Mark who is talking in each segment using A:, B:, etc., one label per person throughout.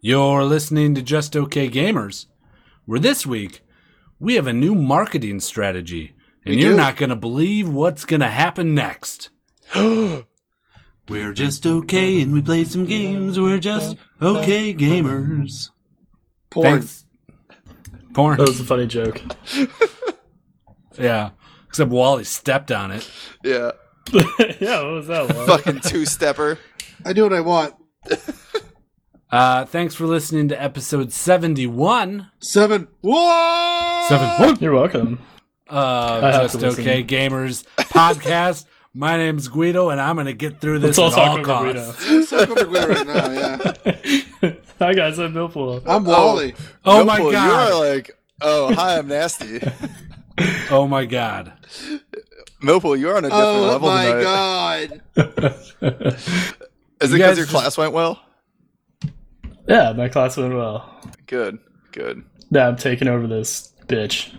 A: You're listening to Just OK Gamers, where this week we have a new marketing strategy, and
B: We
A: you're
B: do.
A: not going to believe what's going to happen next. We're just okay and we play some games. We're just okay gamers.
B: Porn.
A: Thanks. Porn.
C: That was a funny joke.
A: Yeah. Except Wally stepped on it.
B: Yeah.
C: yeah, what was that one?
D: Fucking two stepper.
B: I do what I want.
A: Uh, thanks for listening to episode 71.
B: Seven. Whoa!
C: You're welcome. I
A: Uh,
C: have
A: Just
C: to listen.
A: Okay Gamers podcast. My name's Guido, and I'm going to get through this
C: It's all
A: at all
C: Soccer
A: costs.
C: Burrito.
B: So Guido right now, yeah.
C: Hi guys, I'm Millpool.
D: Uh,
B: I'm Wally.
A: Oh my
D: Millpool,
A: god!
D: You are like, oh, hi, I'm nasty.
A: Oh my god!
D: Millpool, you're on a different
B: Oh,
D: level
B: my
D: tonight.
B: God.
A: You guys
D: Is it because your
A: just-
D: class went well?
C: Yeah, my class went well.
D: Good, good.
C: Now I'm taking over this bitch.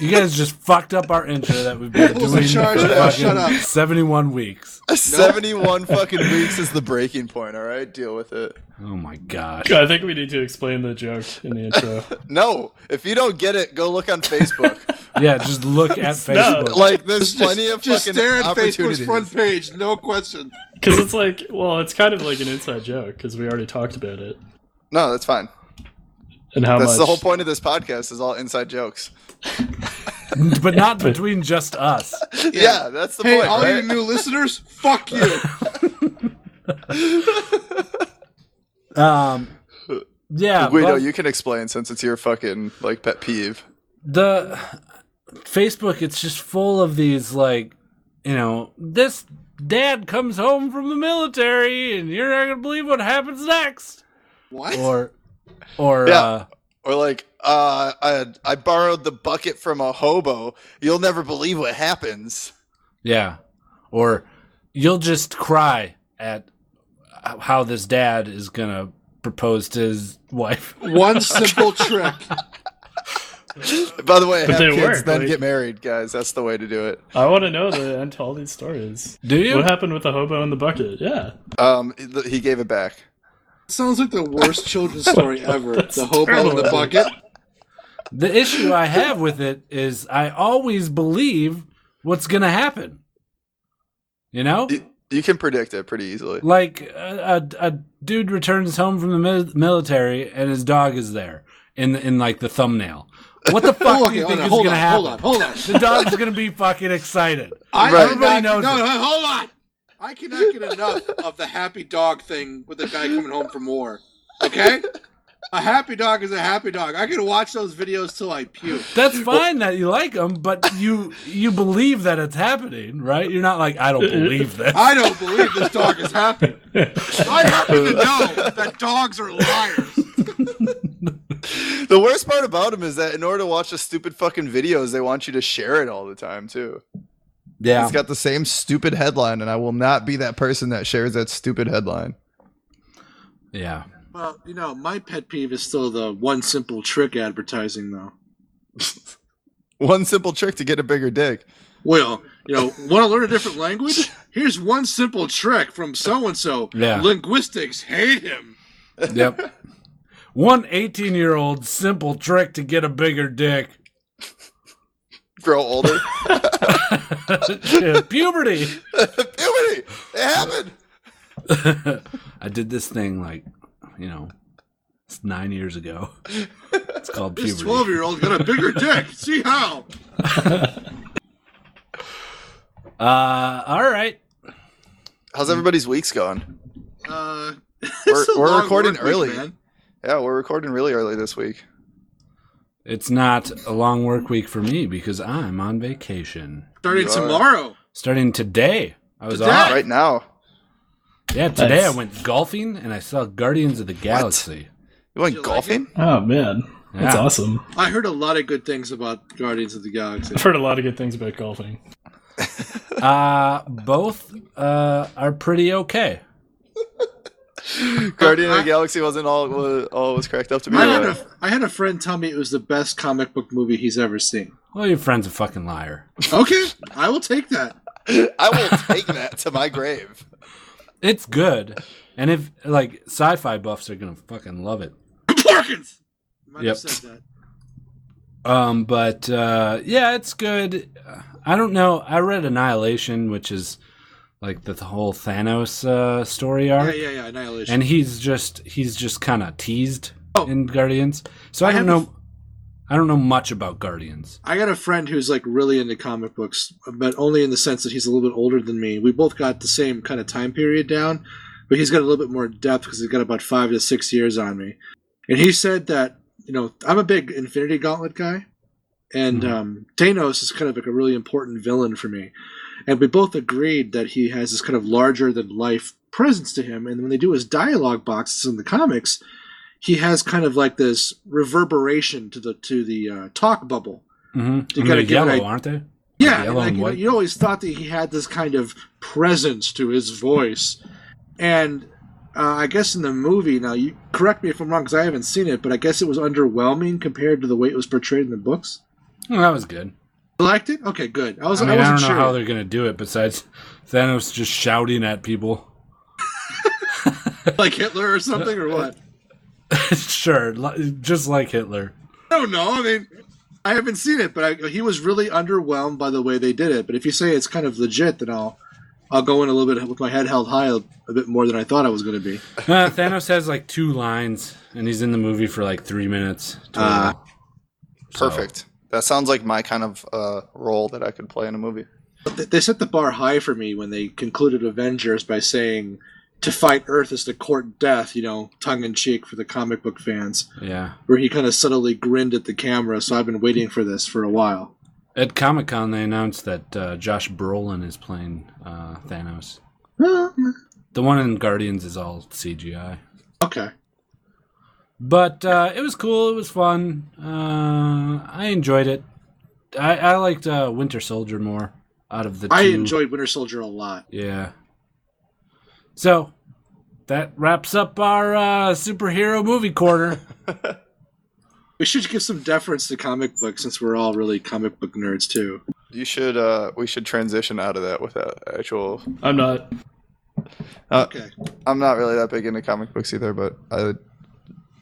A: You guys just fucked up our intro that we've been
B: Who's
A: doing
B: in charge
A: for
B: now? Shut
A: fucking
B: up.
A: 71 weeks.
D: 71 fucking weeks is the breaking point, all right? Deal with it.
A: Oh my gosh!
C: I think we need to explain the joke in the intro.
D: No, if you don't get it, go look on Facebook.
A: Yeah, just look at Facebook.
D: like, there's plenty of
B: Just
D: fucking
B: stare at
D: opportunities.
B: Facebook's front page, no question.
C: Because it's like, well, it's kind of like an inside joke because we already talked about it
D: No, that's fine.
C: and how
D: That's
C: much.
D: the whole point of this podcast is all inside jokes.
A: but not between just us.
D: Yeah, that's the
B: Hey,
D: point,
B: all
D: right?
B: you new listeners, fuck you.
A: Um, yeah,
D: Guido,
A: but
D: you can explain since it's your fucking like pet peeve.
A: the Facebook. It's just full of these like, you know, this dad comes home from the military, and you're not gonna believe what happens next.
B: What?
A: Or, or
D: Yeah.
A: uh,
D: Or like, uh, I I borrowed the bucket from a hobo. You'll never believe what happens.
A: Yeah. Or you'll just cry at how this dad is going to propose to his wife.
B: One simple trick.
D: By the way, have
C: they
D: kids,
C: work,
D: then
C: like-
D: get married, guys. That's the way to do it.
C: I want to know the end to all these stories.
A: Do you?
C: What happened with the hobo in the bucket? Yeah,
D: Um, th- he gave it back.
B: Sounds like the worst children's story ever. The hobo in the
C: terrible.
B: bucket.
A: The issue I have with it is I always believe what's going to happen. You know?
D: You, you can predict it pretty easily.
A: Like a, a, a dude returns home from the mil- military and his dog is there in in like the thumbnail. What the fuck do
B: Oh, okay,
A: you
B: hold
A: think
B: on,
A: is
B: hold
A: going to
B: on,
A: happen?
B: hold on, hold on.
A: The dog's going to be fucking excited.
B: I
D: Right.
A: Everybody
B: cannot,
A: knows
B: no,
A: it.
B: no, hold on. I cannot get enough of the happy dog thing with the guy coming home from war. Okay? A happy dog is a happy dog. I can watch those videos till I puke.
A: That's fine that you like them, but you you believe that it's happening, right? You're not like I don't believe this.
B: I don't believe this dog is happy. I happen to know that dogs are liars.
D: The worst part about him is that in order to watch the stupid fucking videos, they want you to share it all the time too.
A: Yeah,
D: It's got the same stupid headline, and I will not be that person that shares that stupid headline.
A: yeah.
B: Well, you know, my pet peeve is still the one simple trick advertising, though.
D: One simple trick to get a bigger dick.
B: Well, you know, want to learn a different language? Here's one simple trick from so and so.
A: Yeah.
B: Linguistics hate him.
A: Yep. One 18 year old simple trick to get a bigger dick.
D: Grow older.
A: Yeah, Puberty.
D: Puberty. It happened.
A: I did this thing like, you know, it's nine years ago. It's called
B: This
A: puberty.
B: 12 year old got a bigger dick. See how?
A: Uh, all right.
D: How's everybody's weeks going?
B: Uh, it's
D: We're-
B: a
D: we're
B: long
D: recording
B: work week,
D: early.
B: man.
D: Yeah, we're recording really early this week.
A: It's not a long work week for me because I'm on vacation.
B: Starting
D: You are.
B: tomorrow.
A: Starting today. I was
B: Today?
A: off.
D: Right now.
A: Yeah, today
C: Nice.
A: I went golfing and I saw Guardians of the Galaxy.
D: You went
B: Did you like
D: golfing?
C: Oh man, that's
A: Yeah.
C: awesome.
B: I heard a lot of good things about Guardians of the Galaxy.
C: I've heard a lot of good things about golfing.
A: Uh, both uh, are pretty okay.
D: Guardian of
B: I-
D: the Galaxy wasn't all wa- all it was cracked up to be.
B: I had,
D: Right?
B: a, I had a friend tell me it was the best comic book movie he's ever seen.
A: Well, your friend's a fucking liar.
B: Okay, I will take that.
D: I will take that to my grave.
A: It's good, And if like sci-fi buffs are gonna fucking love it.
B: Porkins. Might
A: Yep.
B: have said that.
A: Um, but uh, yeah, it's good. I don't know. I read Annihilation, which is like the, whole Thanos uh, story
B: Yeah,
A: arc,
B: yeah, yeah. Annihilation.
A: and he's just he's just kind of teased
B: Oh.
A: in Guardians. So I,
B: I
A: don't
B: have a
A: know. I I don't know much about Guardians.
B: I got a friend who's like really into comic books, but only in the sense that he's a little bit older than me. We both got the same kind of time period down, but he's got a little bit more depth because he's got about five to six years on me. And he said that, you know, I'm a big Infinity Gauntlet guy, and
A: Mhm.
B: um, Thanos is kind of like a really important villain for me. And we both agreed that he has this kind of larger than life presence to him. And when they do his dialogue boxes in the comics, he has kind of like this reverberation to the to the uh, talk bubble.
A: Mm-hmm.
B: gotta
A: They're
B: get
A: yellow,
B: an i-
A: aren't they?
B: Yeah,
A: yellow
B: like,
A: and
B: you, know,
A: white.
B: you always thought that he had this kind of presence to his voice, and uh, I guess in the movie now, you correct me if I'm wrong because I haven't seen it, but I guess it was underwhelming compared to the way it was portrayed in the books.
A: Well, that was good.
B: You liked it? Okay, good. I was.
A: I
B: I,
A: mean, I,
B: wasn't
A: don't know
B: sure.
A: how they're gonna do it besides Thanos just shouting at people.
B: like Hitler or something or what?
A: sure, li- just like Hitler.
B: I don't know. I mean, I haven't seen it, but I, he was really underwhelmed by the way they did it. But if you say it's kind of legit, then I'll I'll go in a little bit with my head held high a, a bit more than I thought I was going to be.
A: Uh, Thanos has like two lines, and he's in the movie for like three minutes. total.
B: Ah.
A: So-
D: Perfect. That sounds like my kind of uh, role that I could play in a movie.
B: Th- they set the bar high for me when they concluded Avengers by saying to fight Earth is to court death, you know, tongue in cheek for the comic book fans,
A: yeah.
B: where he kind of subtly grinned at the camera. So I've been waiting for this for a while.
A: At Comic Con, they announced that uh, Josh Brolin is playing uh, Thanos. The one in Guardians is all CGI.
B: Okay.
A: But uh, it was cool. It was fun. Uh, I enjoyed it. I, I liked uh, Winter Soldier more out of the two.
B: I enjoyed Winter Soldier a lot.
A: Yeah. So that wraps up our uh, superhero movie corner.
B: We should give some deference to comic books since we're all really comic book nerds too.
D: You should. Uh, we should transition out of that with that actual.
C: I'm not.
B: Okay.
D: I'm not really that big into comic books either, but I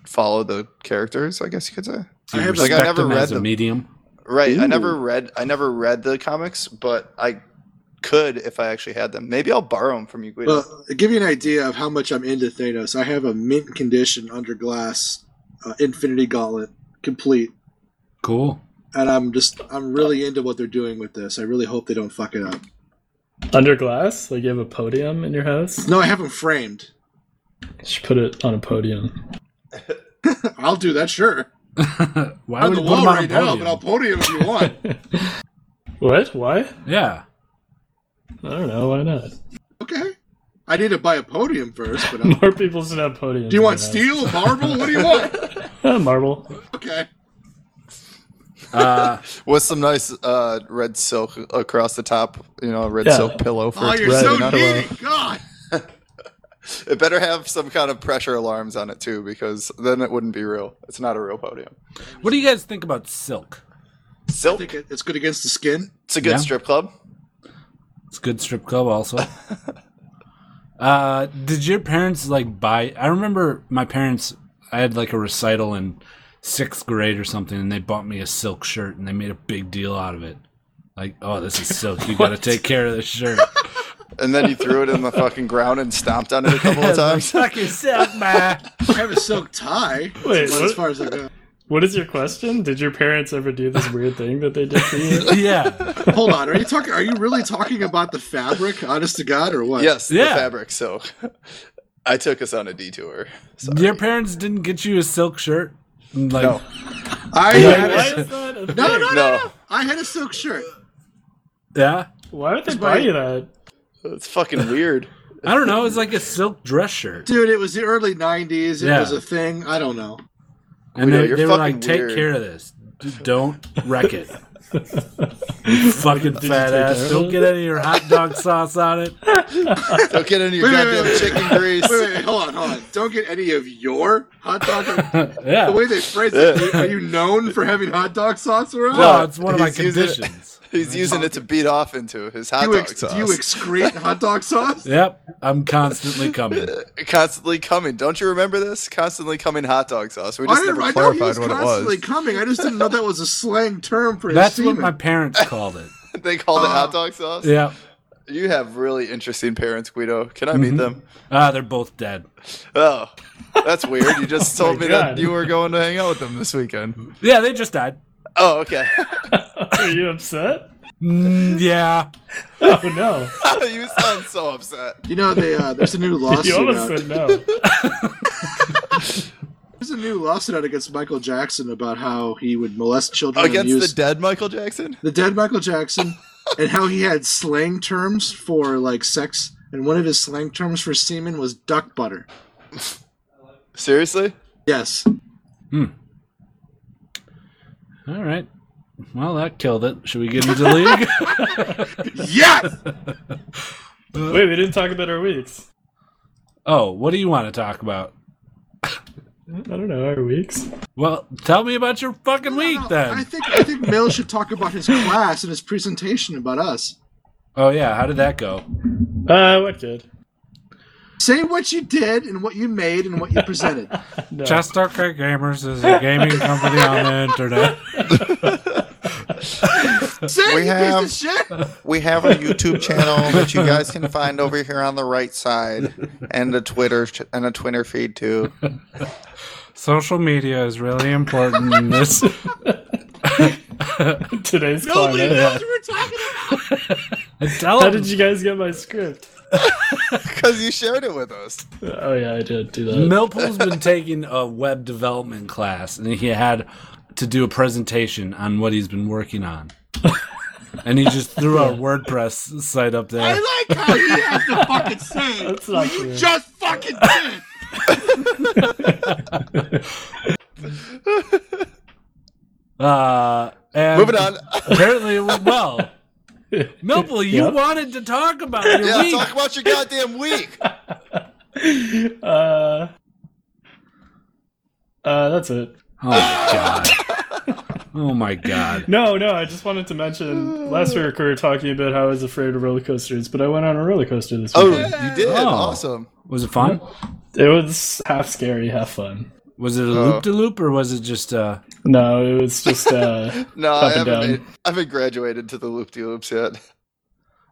D: follow the characters. I guess you could say.
A: Do you
B: I have-
A: respect
D: Like, I never
A: him
D: read
A: as a
D: them.
A: medium?
D: Right. I
B: Ooh.
D: never read. I never read the comics, but I could if I actually had them. Maybe I'll borrow them from you, Guido.
B: Well, to give you an idea of how much I'm into Thanos, I have a mint condition under glass uh, Infinity Gauntlet complete
A: Cool.
B: and I'm just I'm really into what they're doing with this. I really hope they don't fuck it up.
C: Under glass? Like you have a podium in your house?
B: No, I have them framed.
C: You should put it on a podium.
B: I'll do that, sure.
A: Why
B: I'm on
A: would
B: the
A: you put
B: wall
A: him on a
B: right now, but
A: podium?
B: I'll podium if you want.
C: What? Why?
A: Yeah.
C: I don't know. Why not?
B: okay. I need to buy a podium first, but I'll...
C: More people should have podiums.
B: do you
C: in
B: want
C: their house.
B: steel, marble? What do you want?
C: Uh, marble.
B: Okay.
A: Uh,
D: with some nice uh, red silk across the top. You know, a red
C: Yeah.
D: silk pillow for.
B: Oh,
D: it to
B: you're
D: be
C: red,
B: so
D: sitting on.
C: not allowed.
B: needy. God.
D: It better have some kind of pressure alarms on it too, because then it wouldn't be real. It's not a real podium.
A: what do you guys think about silk?
B: I
D: Silk.
B: think it- it's good against the skin.
D: It's a good
A: Yeah.
D: strip club.
A: It's a good strip club, also. uh, did your parents like buy? I remember my parents. I had like a recital in sixth grade or something, and they bought me a silk shirt, and they made a big deal out of it. Like, oh, this is silk. You got to take care of this shirt.
D: And then you threw it in the fucking ground and stomped on it a couple of
A: Like,
D: times.
A: Fuck yourself, man.
B: I have a silk tie.
C: Wait,
B: That's as
C: what,
B: far as I go.
C: what is your question? Did your parents ever do this weird thing that they did for you?
A: Yeah,
B: Hold on. Are you talking? Are you really talking about the fabric, honest to God, or what?
D: Yes,
A: Yeah.
D: the fabric silk. I took us on a detour. Sorry.
A: your parents didn't get you a silk shirt. Like,
D: No.
B: I
C: Like,
B: had
C: why
B: a,
C: is that a
B: no,
C: thing?
B: no, no,
D: No.
B: no. I had a silk shirt.
A: yeah.
C: Why would they buy you that?
D: It's fucking weird.
A: I don't know. It was like a silk dress shirt,
B: Dude, it was the early 90s. It
A: Yeah.
B: was a thing. I don't know.
A: and
D: Guido,
A: they,
D: you're
A: they were
D: fucking
A: like, "Take
D: weird."
A: care of this. D- Don't wreck it." You fucking
C: Did you
A: fat
C: take
A: ass.
C: that?
A: Don't get any of your hot dog sauce on it.
D: Don't get any of your
B: Wait, wait,
D: goddamn
B: wait, wait.
D: chicken grease.
B: Wait, wait, wait, hold on, hold on. Don't get any of your hot dog. The
A: yeah.
B: way they phrase it, are you known for having hot dog sauce around?
A: No, it's one of my
D: He's using it-
A: conditions.
D: He's using it to beat off into his hot
B: do, you
D: dog
B: ex-
D: sauce.
B: do you excrete hot dog sauce?
A: Yep, I'm constantly coming.
D: constantly coming. Don't you remember this? Constantly coming hot dog sauce. We
B: I,
D: just
B: didn't,
D: never
B: I know he
D: clarified
B: was
D: what
B: constantly
D: it was.
B: coming. I just didn't know that was a slang term for his
A: That's
B: semen.
A: what my parents called it.
D: they called it
B: Ah.
D: hot dog sauce.
A: Yeah.
D: You have really interesting parents, Guido. Can I meet
B: Mm-hmm.
A: Mhm.
D: them?
A: Ah, they're both dead.
D: Oh, that's weird. You just
C: Oh
D: told
C: my
D: me that
C: God.
D: you were going to hang out with them this weekend.
A: Yeah, they just died.
D: Oh, okay.
C: Are you upset?
A: Mm, yeah.
C: Oh no!
D: you sound so upset.
B: You know, they, uh, there's a
C: You
B: new lawsuit.
C: almost
B: Out.
C: said no.
B: There's a new lawsuit out against Michael Jackson about how he would molest children and
D: Against
B: use
D: the dead Michael Jackson?
B: the dead Michael Jackson and how he had slang terms for like sex. And one of his slang terms for semen was duck butter.
D: Seriously?
B: Yes.
A: All right. Well, that killed it. Should we get into the league?
B: Yes!
C: Wait, we didn't talk about our weeks.
A: oh, what do you want to talk about?
C: I don't know our weeks.
A: Well, tell me about your fucking week
B: No,
A: then.
B: I think I think Mill should talk about his class and his presentation about us.
A: oh yeah, how did that go?
C: Uh, what good?
B: Say what you did and what you made and what you presented.
C: No.
A: Chester K Gamers is a gaming company on the internet.
B: Say
E: We
B: we you
E: have-
B: piece of shit.
E: We have a YouTube channel that you guys can find over here on the right side, and a Twitter ch- and a Twitter feed too.
A: Social media is really important in this.
C: Today's climate.
B: we're talking
A: Tell
C: How
A: them.
C: did you guys get my script?
D: Because you shared it with us.
C: Oh yeah, I did do that.
A: Millpool's been taking a web development class, and he had to do a presentation on what he's been working on. And he just threw a WordPress site up there.
B: I like how he has to fucking say
C: That's
B: what
C: not
B: you
C: true.
B: just fucking did.
A: Uh, and
D: Moving on.
A: Apparently, it went well. Millpool, you
C: Yeah.
A: wanted to talk about your
D: Yeah,
A: week.
D: talk about your goddamn week.
C: Uh, uh, that's it.
A: Oh my god. Oh my god.
C: No, no, I just wanted to mention last week we were talking about how I was afraid of roller coasters, but I went on a roller coaster this
D: Oh,
C: weekend.
D: you did.
A: Oh.
D: Awesome.
A: Was it fun?
C: It was half scary, half fun.
A: Was it a
D: Oh.
A: loop de loop or was it just uh
C: No, it was just uh,
D: No,
A: Oh.
D: I
C: Up and
D: haven't,
C: down.
D: made, I haven't graduated to the loop de loops yet.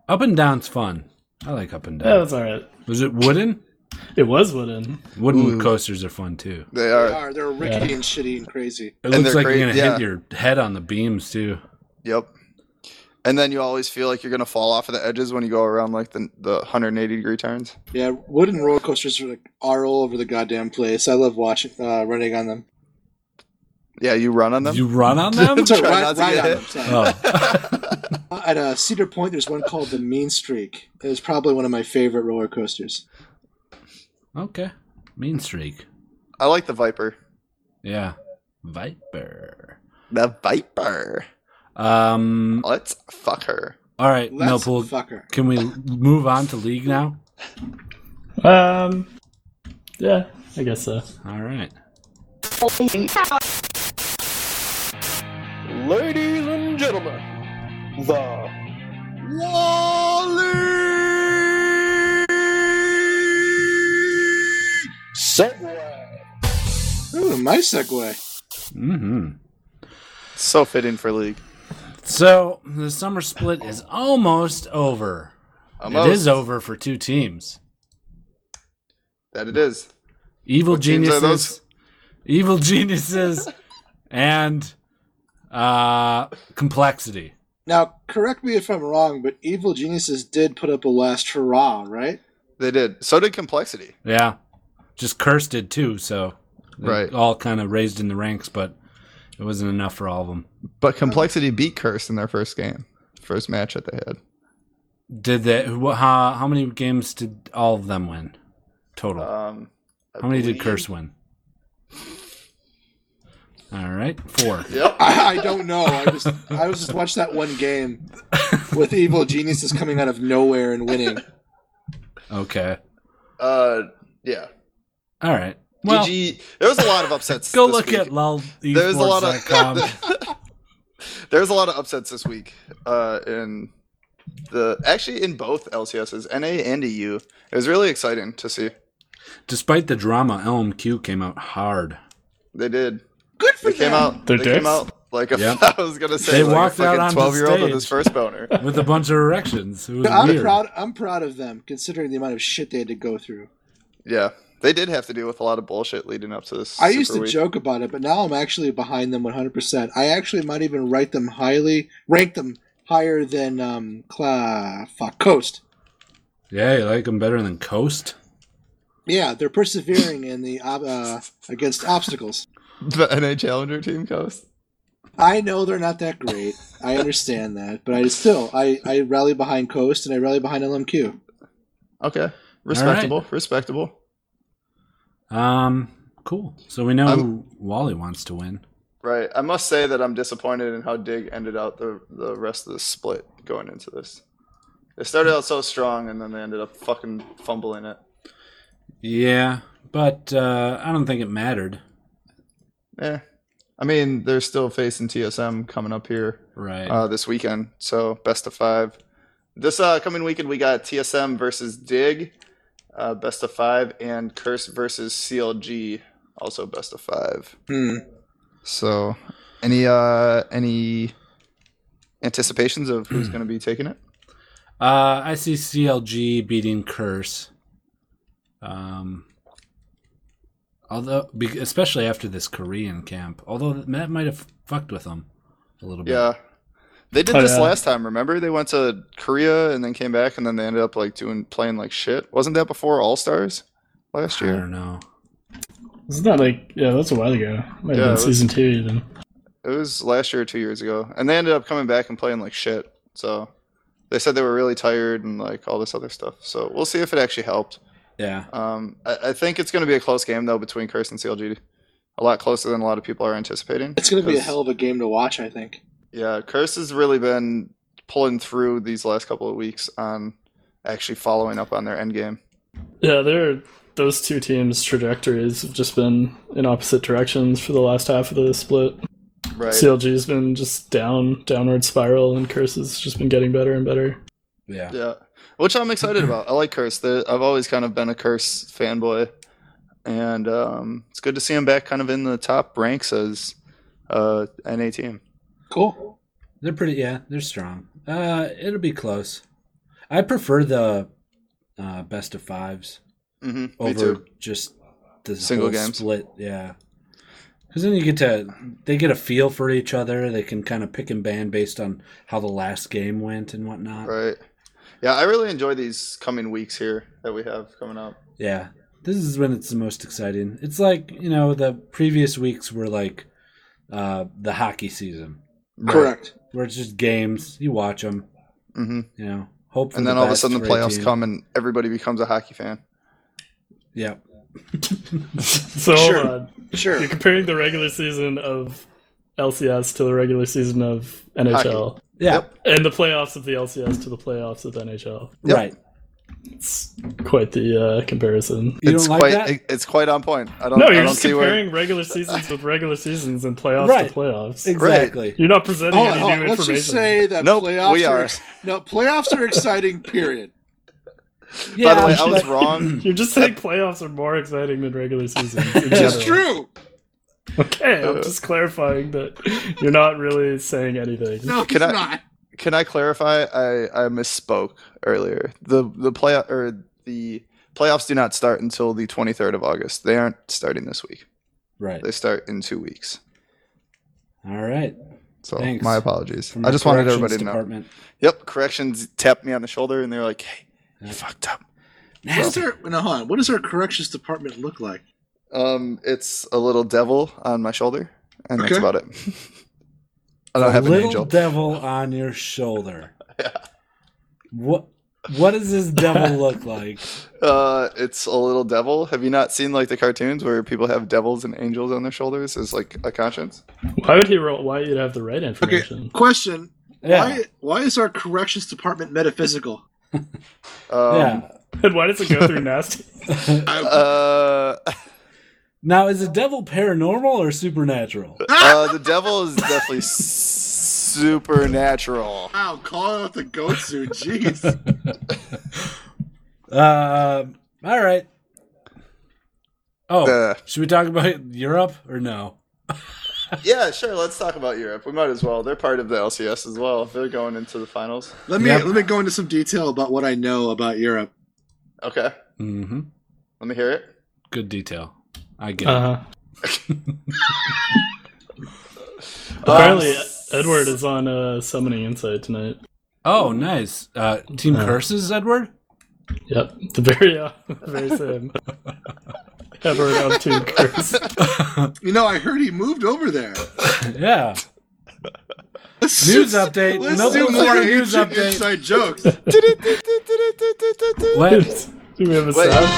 A: up and down's fun. I like up and
C: that
A: down.
C: was all right.
A: Was it wooden?
C: It was wooden.
A: Wooden coasters are fun too.
D: They
B: They
D: are.
B: are. They're rickety and shitty and crazy.
A: It
D: And
A: looks
D: they're
A: like
D: cra-
A: you're gonna
D: yeah.
A: hit your head on the beams too.
D: Yep. And then you always feel like you're gonna fall off of the edges when you go around like the the 180 degree turns.
B: Yeah, wooden roller coasters are, like, are all over the goddamn place. I love watching uh, running on them.
D: Yeah, you run on them.
A: You run on them?
B: Sorry,
D: Try
B: ride,
D: not to
B: ride
D: get
B: on
D: hit.
B: them. Sorry.
A: oh.
B: At uh, Cedar Point, there's one called the Mean Streak. It was probably one of my favorite roller coasters.
A: Okay. Mean streak.
D: I like the Viper.
A: Yeah. Viper.
D: The Viper.
A: Um
D: Let's fuck her.
A: all right,
B: Let's
A: Millpool.
B: fucker.
A: Can we move on to league now?
C: Um, yeah, I guess so.
A: All right.
F: Ladies and gentlemen, the Segway.
B: Ooh, my segue.
A: Mm-hmm.
D: So fitting for league.
A: So the summer split is almost over.
D: Almost.
A: It is over for two teams.
D: That it is.
A: Evil
D: teams
A: geniuses.
D: are those?
A: Evil geniuses and uh complexity.
B: Now, correct me if I'm wrong, but Evil Geniuses did put up a last hurrah, right?
D: They did. So did Complexity.
A: Yeah. Just cursed did too, so they
D: Right.
A: all kind of raised in the ranks, but it wasn't enough for all of them.
D: But Complexity beat Curse in their first game, first match that they had.
A: Did they? wh- How, how many games did all of them win total?
D: Um, I
A: how many did
D: believe-
A: Curse win? All right, four.
D: Yep.
B: I, I don't know. I just I was just watching that one game with evil geniuses coming out of nowhere and winning.
A: Okay.
D: Uh, yeah.
A: All right. Well,
D: DG, there was a lot of upsets.
A: go
D: this
A: look
D: week.
A: at lol.
D: There's a lot
A: esports.com.
D: of there's a lot of upsets this week. Uh, in the actually in both LCSs, NA and EU. It was really exciting to see.
A: Despite the drama, LMQ came out hard.
D: They did. Good for they Came out,
C: They're
D: they came
C: dicks?
D: out like a,
A: Yep.
D: I was gonna say
A: They
D: like
A: walked
D: a
A: out
D: fucking
A: onto
D: twelve year old with
A: stage.
D: his first boner.
A: with a bunch of erections. It was
B: I'm
A: weird.
B: proud. I'm proud of them, considering the amount of shit they had to go through.
D: yeah, they did have to deal with a lot of bullshit leading up to this.
B: I
D: Super
B: used to
D: Week.
B: joke about it, but now I'm actually behind them 100%. I actually might even rate them highly, rank them higher than um, Cla- fuck, Coast.
A: Yeah, you like them better than Coast.
B: Yeah, they're persevering in the ob- uh, against obstacles.
D: the NA Challenger team coast.
B: I know they're not that great. I understand that, but I still I, I rally behind Coast and I rally behind LMQ.
D: Okay, respectable, respectable.
A: Um, cool. So we know
D: I'm-
A: Wally wants to win.
D: Right. I must say that I'm disappointed in how Dig ended out the the rest of the split going into this. They started out so strong and then they ended up fucking fumbling it.
A: Yeah, but uh, I don't think it mattered.
D: Yeah. I mean, they're still facing TSM coming up here
A: Right.
D: uh, this weekend, so best of five. This uh, coming weekend we got TSM versus Dig, uh, best of five, and Curse versus CLG, also best of five.
B: Hmm.
D: So, any uh, any anticipations of who's going to be taking it?
A: Uh, I see CLG beating Curse. Um, although, be- especially after this Korean camp, although that might have fucked with them a little bit.
D: Yeah. They did
C: Oh,
D: this
C: yeah.
D: last time, remember? They went to Korea and then came back and then they ended up like doing playing like shit. Wasn't that before All Stars last
A: I
D: year?
A: don't know.
C: It's not like yeah, that's a while ago.
D: Yeah, it
C: Might have been
D: was-
C: season two even.
D: It was last year or two years ago. And they ended up coming back and playing like shit. So they said they were really tired and like all this other stuff. So we'll see if it actually helped.
A: Yeah.
D: Um, I, I think it's going to be a close game though between Curse and CLG. A lot closer than a lot of people are anticipating.
B: It's going to be a
D: 'Cause-
B: hell of a game to watch, I think.
D: Yeah, Curse has really been pulling through these last couple of weeks on actually following up on their end game.
C: Yeah, they're those two teams' trajectories have just been in opposite directions for the last half of the split.
D: Right.
C: CLG's been just down, downward spiral, and Curse's just been getting better and better.
A: Yeah.
D: Yeah, which I'm excited about. I like Curse. The, I've always kind of been a Curse fanboy, and um, it's good to see him back kind of in the top ranks as uh, NA team.
B: Cool.
A: They're pretty. Yeah, they're strong. Uh, it'll be close. I prefer the uh, best of fives
D: hmm Me
A: over
D: too.
A: just the
D: Single
A: whole
D: games.
A: split. Yeah, because then you get to they get a feel for each other. They can kind of pick and ban based on how the last game went and whatnot.
D: Right. Yeah, I really enjoy these coming weeks here that we have coming up.
A: Yeah, this is when it's the most exciting. It's like you know the previous weeks were like uh, the hockey season
B: Correct.
A: where it's just games. You watch them.
D: hmm
A: You know, hope for
D: And
A: the
D: then all of a
A: best
D: sudden the
A: for a
D: playoffs
A: team.
D: come and everybody becomes a hockey fan.
A: Yeah.
C: So
B: Sure.
C: hold on.
B: Sure.
C: you're comparing the regular season of LCS to the regular season of NHL,
A: Yeah.
D: Yep.
C: and the playoffs of the LCS to the playoffs of NHL.
D: Yep.
A: Right.
C: It's quite the uh, comparison.
A: You
D: it's
A: don't like
D: quite
A: that?
D: it- it's quite on point. I don't
C: No,
D: I
C: you're
D: don't
C: just
D: see where
C: comparing regular seasons with regular seasons and playoffs
A: Right.
C: to playoffs.
A: Exactly.
C: You're not presenting
B: Hold on,
C: any
B: hold on.
C: new
B: Let's
C: information.
B: just say that
D: Nope,
B: playoffs
D: we are.
B: ex- no playoffs are exciting. Period.
D: By the way, I was
A: but-
D: wrong.
C: You're just saying playoffs are more exciting than regular seasons.
B: It's true.
C: Okay, I'm just clarifying that you're not really saying anything.
B: No, it's
D: Can I-
B: not.
D: Can I clarify? I, I misspoke earlier. The the play or the playoffs do not start until the 23rd of August. They aren't starting this week.
A: Right.
D: They start in 2 weeks.
A: All right.
D: So
A: Thanks.
D: my apologies.
A: From
D: I
A: the
D: just wanted
A: corrections
D: everybody to know.
A: department.
D: Yep, corrections tapped me on the shoulder and they were like, "Hey, you fucked up."
B: What is our, no, hold on. What does our corrections department look like?
D: Um it's a little devil on my shoulder and that's
B: Okay.
D: about it. I don't have an
A: Little
D: angel.
A: devil on your shoulder. What? What does this devil look like?
D: Uh, it's a little devil. Have you not seen like the cartoons where people have devils and angels on their shoulders as like a conscience?
C: Why would he roll? Why you'd have the right
B: Okay,
C: information?
B: question.
A: Yeah,
B: Why why is our corrections department metaphysical?
D: Um,
A: yeah.
C: And why does it go through nasty?
D: Uh,
A: Now, is the devil paranormal or supernatural?
D: uh, the devil is definitely supernatural.
B: Wow, calling out the Gotsu, jeez.
A: Um. all right. Oh,
D: Uh.
A: should we talk about Europe or no?
D: Yeah, sure. Let's talk about Europe. We might as well. They're part of the LCS as well. They're going into the finals.
B: Let me
A: Yep.
B: let me go into some detail about what I know about Europe.
D: Okay,
A: Mm-hmm.
D: let me hear it.
A: Good detail. I get it.
C: Uh,
D: Um,
C: apparently, Edward is on uh, summoning insight tonight.
A: Oh, nice. Uh, team
C: Uh.
A: curses, Edward.
C: Yep, the very, uh, the very same. Edward on two curse.
B: You know, I heard he moved over there.
A: Yeah.
B: Let's
A: News update.
B: Let's
A: Nope,
B: do
A: it's
B: more
A: not a news
B: news
A: update.
B: inside jokes.
A: What?
C: Do we have a
D: Wait.
C: sound?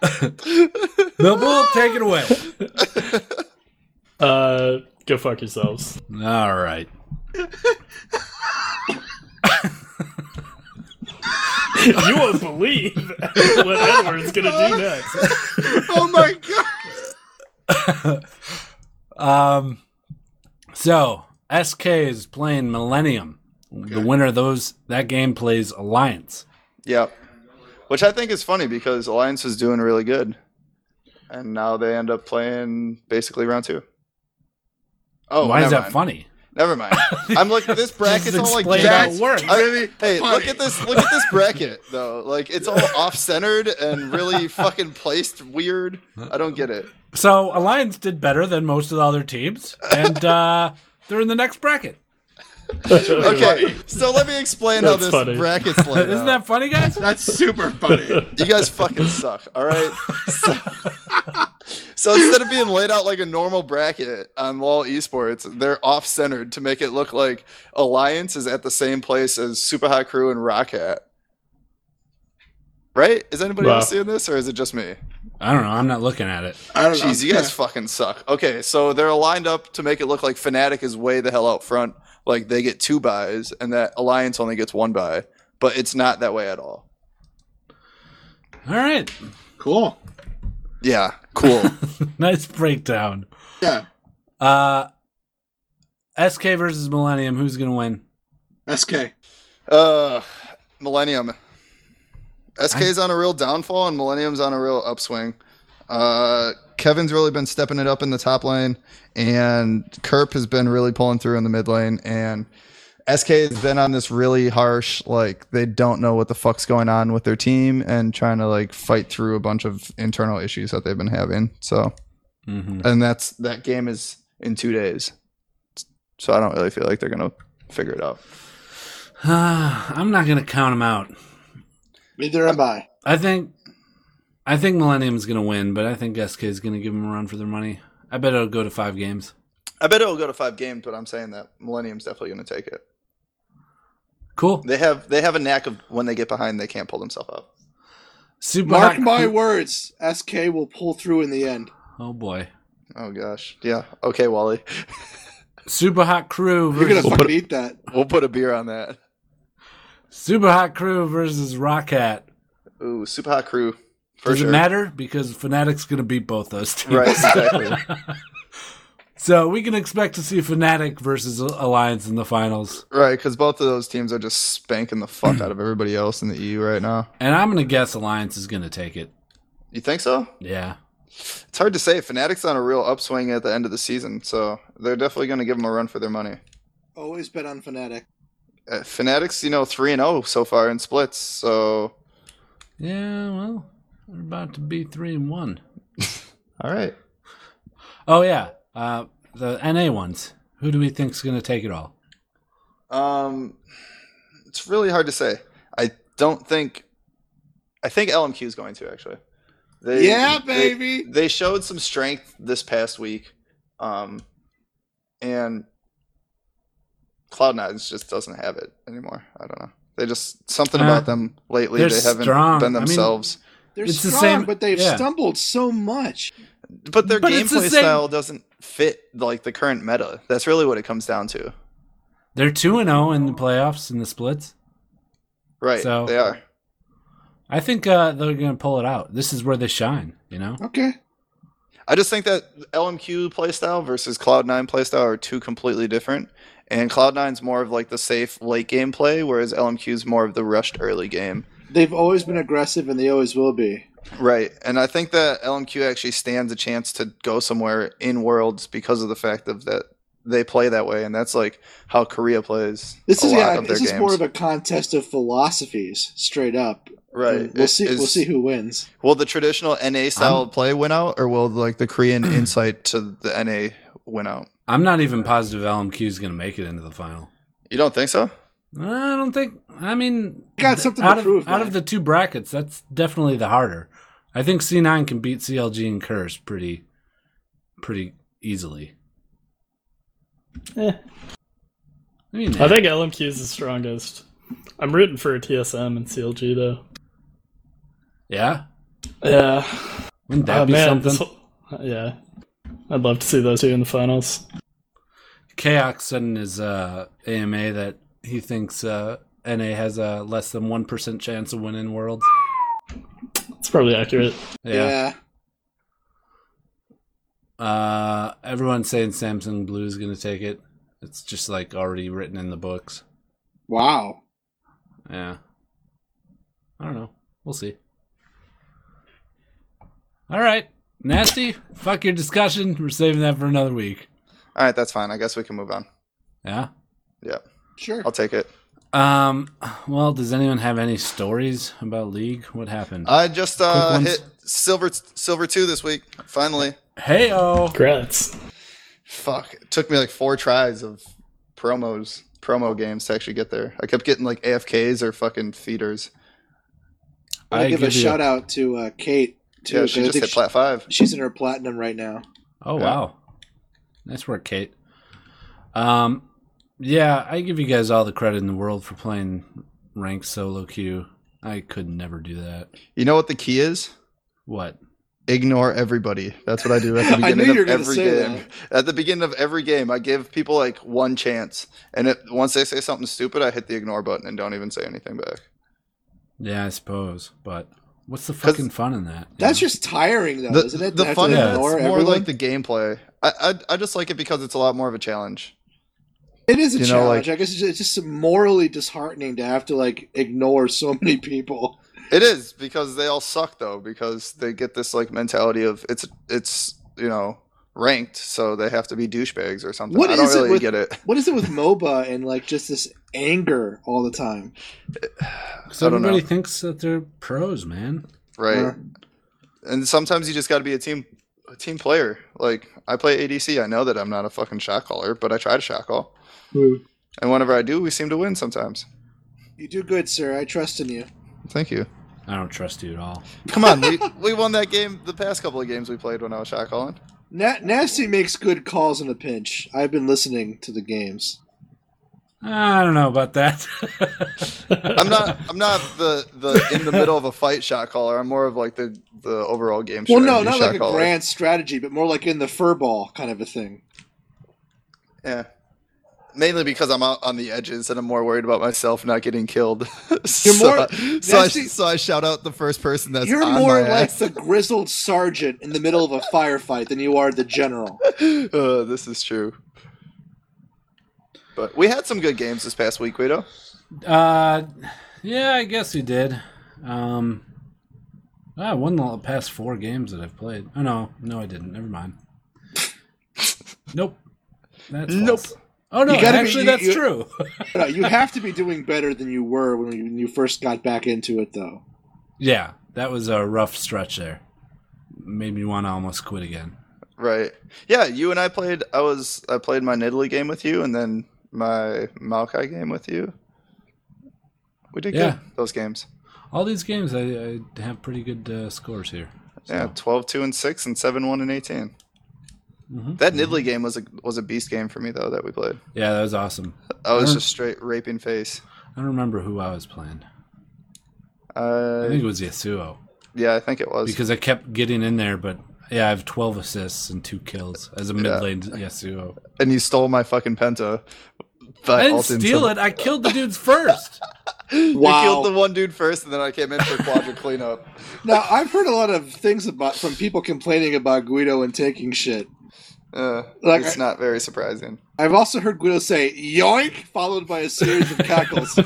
A: the bull, take it away.
C: Uh, go fuck yourselves.
A: All right.
C: you won't believe what Edward's gonna do next.
B: oh my god.
A: Um, so SK is playing Millennium. The winner of those that game plays Alliance.
D: Yep. Which I think is funny because Alliance was doing really good. And now they end up playing basically round two. Oh,
A: Why is
D: never
A: that
D: mind.
A: funny?
D: Never mind. I'm like this bracket's all like
A: explain
D: jacked.
A: how it works.
D: I-
B: Really
D: hey, look
B: funny.
D: at this! Look at this bracket, though. Like it's all off-centered and really fucking placed weird. I don't get it.
A: So Alliance did better than most of the other teams, and uh, they're in the next bracket.
D: Okay, so let me explain how
C: That's
D: this
C: funny.
D: bracket's laid
A: Isn't
D: out.
A: that funny, guys?
B: That's super funny.
D: You guys fucking suck, all right? So, so instead of being laid out like a normal bracket on LoL esports, they're off centered to make it look like Alliance is at the same place as Super Hot Crew and Rocket. Right? Is anybody
C: Wow.
D: else seeing this or is it just me?
A: I don't know. I'm not looking at it.
B: I don't
D: Jeez,
B: know.
D: you guys fucking suck. Okay, so they're lined up to make it look like Fnatic is way the hell out front. Like they get two buys and that Alliance only gets one buy, but it's not that way at all.
A: All right,
B: Cool.
D: Yeah, cool.
A: nice breakdown.
B: Yeah.
A: Uh, SK versus Millennium. Who's gonna win?
B: SK.
D: Uh, Millennium. SK's on a real downfall and Millennium's on a real upswing. Uh, Kevin's really been stepping it up in the top lane, and Kerp has been really pulling through in the mid lane. And SK has been on this really harsh, like they don't know what the fuck's going on with their team, and trying to like fight through a bunch of internal issues that they've been having. So,
A: Mm-hmm.
D: and that's that game is in two days, so I don't really feel like they're gonna figure it out.
A: I'm not gonna count them out.
B: Neither am I.
A: I think I think Millennium's gonna win, but I think SK is gonna give them a run for their money. I bet it'll go to five games.
D: I bet it'll go to five games, but I'm saying that Millennium's definitely going to take it.
A: Cool.
D: They have they have a knack of when they get behind, they can't pull themselves up.
A: Super.
B: Mark
A: hot-
B: my words. SK will pull through in the end.
A: Oh boy.
D: Oh gosh, yeah. Okay, Wally,
A: Super hot crew
B: You're gonna
A: versus
B: fucking eat that.
D: we'll put a beer on that.
A: super hot crew versus Rockhat.
D: Ooh, super hot crew for
A: Does
D: sure.
A: it matter? Because Fnatic's gonna beat both those teams.
D: Right, exactly.
A: So we can expect to see Fnatic versus Alliance in the finals.
D: right, because both of those teams are just spanking the fuck out of everybody else in the EU right now.
A: And I'm gonna guess Alliance is gonna take it.
D: You think so?
A: Yeah.
D: It's hard to say. Fnatic's on a real upswing at the end of the season, so they're definitely going to give them a run for their money.
B: Always bet on Fnatic.
D: Uh, Fnatic's, you know, three and zero so far in splits, so
A: Yeah, well, we're about to be three and one.
D: all right.
A: Oh yeah. Uh the NA ones. Who do we think's gonna take it all?
D: Um, it's really hard to say. I don't think. I think LMQ is going to actually. They,
B: Yeah,
D: they-
B: baby!
D: They, showed some strength this past week, um, and Cloud Nine just doesn't have it anymore. I don't know. They just something
A: Uh,
D: about them lately.
A: they're
D: They haven't
A: strong.
D: been
A: I mean-
D: themselves.
B: They're
A: It's the
B: strong,
A: same-
B: but they've
A: yeah.
B: stumbled so much.
D: but
E: Their
A: But it's the
E: gameplay
A: same-
E: style doesn't.
D: doesn't fit like the current meta. That's really what it comes down to.
A: They're two and zero in the playoffs in the splits.
D: Right.
A: So-
D: they are.
A: I think uh, they're going to pull it out. This is where they shine. You know,
B: Okay.
D: I just think that LMQ playstyle versus Cloud9 playstyle are two completely different. And Cloud9's more of like the safe late game play, whereas LMQ's more of the rushed early game.
B: They've always been aggressive and they always will be.
D: Right. And I think that LMQ actually stands a chance to go somewhere in worlds because of the fact of that they play that way and that's like how Korea plays
B: This
D: a
B: is
D: lot
B: yeah,
D: of their
B: this
D: games.
B: is more of a contest of philosophies, straight up.
D: right.
B: And We'll
D: It
B: see
D: is-
B: we'll see who wins.
D: Will the traditional NA style play win out or will like the Korean insight to the NA win out?
A: I'm not even positive LMQ is going to make it into the final.
D: You don't think so?
A: I don't think. I mean,
B: You got something
A: out
B: to
A: of,
B: prove,
A: Out
B: man.
A: of the two brackets, that's definitely the harder. I think C9 can beat CLG and Curse pretty, pretty easily.
C: Eh.
A: I mean,
C: I think LMQ is the strongest. I'm rooting for TSM and CLG though.
A: yeah.
C: Yeah.
A: Wouldn't that
C: oh,
A: be
C: man,
A: something?
C: this whole- yeah. I'd love to see those two in the finals.
A: Chaos said in his uh, AMA that he thinks uh, NA has a less than one percent chance of winning Worlds.
C: It's probably accurate.
A: Yeah. Uh, everyone's saying Samsung Blue is going to take it. It's just like already written in the books.
B: Wow.
A: Yeah. I don't know. We'll see. All right. Nasty. Fuck your discussion. We're saving that for another week.
D: All right, that's fine. I guess we can move on.
A: Yeah.
B: Sure.
D: I'll take it.
A: Um. Well, does anyone have any stories about League? What happened?
D: I just uh,
A: ones.
D: hit silver silver two this week. Finally,
A: hey, oh.
C: Congrats.
D: fuck. It took me like four tries of promos, promo games to actually get there. I kept getting like AFKs or fucking feeders.
B: I want
A: I
B: to give
A: give
B: a
A: you-
B: shout out to uh, Kate too.
D: yeah,
B: 'cause
D: she
B: I
D: just
B: think
D: hit plat five.
B: she's in her platinum right now.
A: Oh
D: Yeah.
A: wow, nice work, Kate. Um, yeah, I give you guys all the credit in the world for playing ranked solo queue. I could never do that.
D: You know what the key is?
A: What?
D: Ignore everybody. That's what I do at
B: I
D: the
B: knew
D: beginning
B: you were
D: of
B: gonna
D: every
B: say
D: game. At the beginning of every game, I give people like one chance, and it, once they say something stupid, I hit the ignore button and don't even say anything back.
A: Yeah, I suppose. But what's the
D: 'Cause-
A: fucking fun in that?
B: That's
A: you
B: just tiring though,
D: the,
B: isn't it?
D: the
B: to have to
D: fun of it's
B: ignore
D: more
B: everyone?
D: like the gameplay. I, I I just like it because it's a lot more of a challenge.
B: It is a
D: You know,
B: challenge.
D: like-
B: I guess it's just, it's just morally disheartening to have to like ignore so many people.
D: It is because they all suck though because they get this like mentality of it's it's you know ranked so they have to be douchebags or something.
B: What
D: I don't
B: is it
D: really
B: with-
D: get it.
B: What is it with MOBA and like just this anger all the time?
A: so
D: I don't
A: everybody
D: know.
A: thinks that they're pros, man.
D: Right.
B: Uh,
D: And sometimes you just got to be a team a team player. Like I play ADC, I know that I'm not a fucking shot caller, but I try to shot call.
B: Hmm.
D: And whenever I do, we seem to win sometimes.
B: You do good, sir. I trust in you.
D: Thank you.
A: I don't trust you at all.
D: Come on, we, we won that game the past couple of games we played when I was shot calling.
B: Na- Nasty makes good calls in a pinch. I've been listening to the games.
A: I don't know about that.
D: I'm not. I'm not the the in the middle of a fight shot caller. I'm more of like the the overall game.
B: Well, no,
D: strategy
B: not
D: shot
B: like a
D: caller.
B: grand strategy, but more like in the furball kind of a thing.
D: Yeah, mainly because I'm out on the edges and I'm more worried about myself not getting killed. so,
B: You're more-
D: so, I,
B: Nancy-
D: so I shout out the first person that's
B: You're
D: on
B: more
D: my
B: like
D: ass.
B: the grizzled sergeant in the middle of a firefight than you are the general.
D: Uh, this is true. But we had some good games this past week, Guido.
A: Uh, yeah, I guess we did. Um, I won the past four games that I've played. Oh no, no, I didn't. Never mind. nope. That's
D: Nope.
A: false. Oh no,
B: You gotta be-
A: actually,
B: you-
A: that's
B: you-
A: true.
B: No, you have to be doing better than you were when you, when you first got back into it, though.
A: yeah, that was a rough stretch there. Made me want to almost quit again.
D: Right. Yeah, you and I played. I was I played my Nidalee game with you, and then my Maokai game with you. We did
A: Yeah.
D: good those games.
A: All these games, I, I have pretty good uh, scores here. So,
D: Yeah, 12, 2, and 6, and 7, 1, and 18.
A: Mhm.
D: That Nidley game was a was a beast game for me though that we played.
A: Yeah, that was awesome.
D: I was
A: Mhm.
D: just straight raping face.
A: I don't remember who I was playing. I
D: Uh,
A: think it was Yasuo
D: yeah, I think it was.
A: because I kept getting in there, but yeah, I have 12 assists and two kills as a mid
D: Yeah.
A: lane Yasuo.
D: and you stole my fucking penta.
A: I didn't steal it. I killed the dudes first.
D: You
B: Wow.
D: killed the one dude first, and then I came in for quadra cleanup.
B: Now I've heard a lot of things about from people complaining about Guido and taking shit.
D: Uh,
B: Like-
D: it's not very surprising.
B: I've also heard Guido say "yoink" followed by a series of cackles.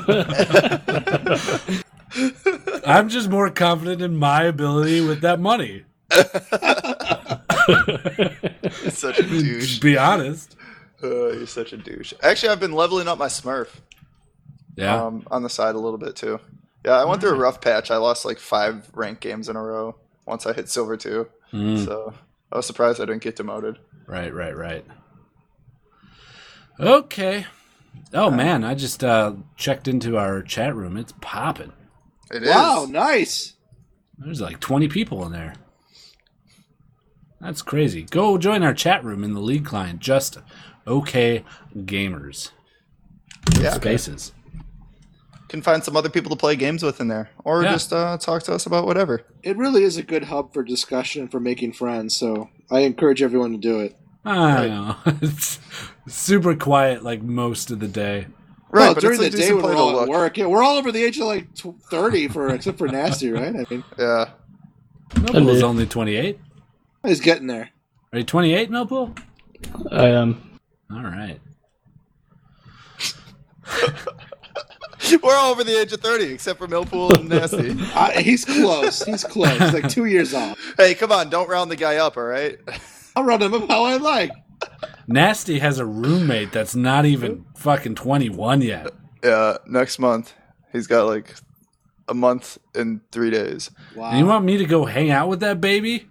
A: I'm just more confident in my ability with that money.
D: It's such a douche.
A: To be honest.
D: Uh, you're such a douche. Actually, I've been leveling up my Smurf
A: Yeah.
D: um, on the side a little bit too. Yeah, I went through a rough patch. I lost like five rank games in a row once I hit silver two.
A: Mm,
D: So I was surprised I didn't get demoted.
A: right, right, right. Okay. Oh man, I just uh, checked into our chat room. It's popping.
D: It is.
B: wow, nice.
A: There's like 20 people in there. That's crazy. Go join our chat room in the league client. Just okay gamers.
D: Yeah.
A: Spaces.
D: Can find some other people to play games with in there, or
A: Yeah.
D: just uh, talk to us about whatever.
B: It really is a good hub for discussion and for making friends. So I encourage everyone to do it.
A: I don't know. it's super quiet like most of the day.
D: Right,
B: well,
D: but
B: during
D: it's a
B: the day
D: decent
B: when
D: play
B: we're
D: to
B: all at
D: look.
B: work, yeah, we're all over the age of like tw- thirty for except for Nasty, right? I mean,
D: Yeah.
A: Millpool's
C: Indeed.
A: only 28.
B: he's getting there.
A: Are you 28, Millpool?
C: I um, am.
A: All right.
D: We're all over the age of 30, except for Millpool and Nasty.
B: Uh, he's close. He's close. He's like two years off.
D: hey, come on, don't round the guy up, all right?
B: I'll run him up how I like.
A: Nasty has a roommate that's not even fucking 21 yet.
D: Yeah, next month. He's got like a month and three days.
B: Wow.
A: And you want me to go hang out with that baby?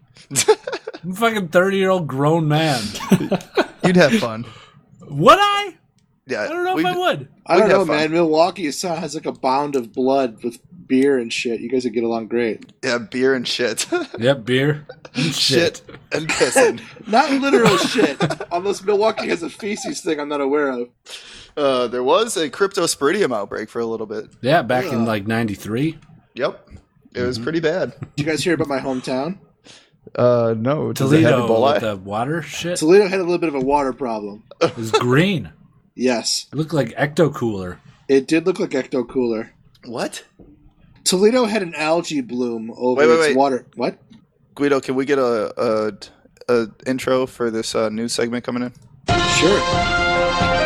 A: I'm a fucking 30 year old grown man.
D: You'd have fun.
A: Would I?
D: Yeah.
A: I don't know if I would.
B: I don't
D: We'd
B: know,
D: have fun.
B: man. Milwaukee is- has like a bound of blood with beer and shit. You guys would get along great.
D: Yeah, beer and shit.
A: Yep, beer. and
D: shit and pissing.
B: Not literal shit, unless Milwaukee has a feces thing I'm not aware of.
D: Uh, there was a cryptosporidium outbreak for a little bit.
A: Yeah, back in
B: Yeah.
A: like '93
D: Yep. It was pretty bad.
B: Did you guys hear about my hometown?
D: Uh, no.
A: Toledo with the water shit
B: Toledo had a little bit of a water problem.
A: it was green.
B: Yes,
A: It looked like ecto cooler.
B: it did look like Ecto Cooler.
D: What?
B: Toledo had an algae bloom over
D: Wait, wait,
B: its
D: wait.
B: water. What?
D: Guido, can we get a, a, a intro for this uh, news segment coming in?
B: Sure.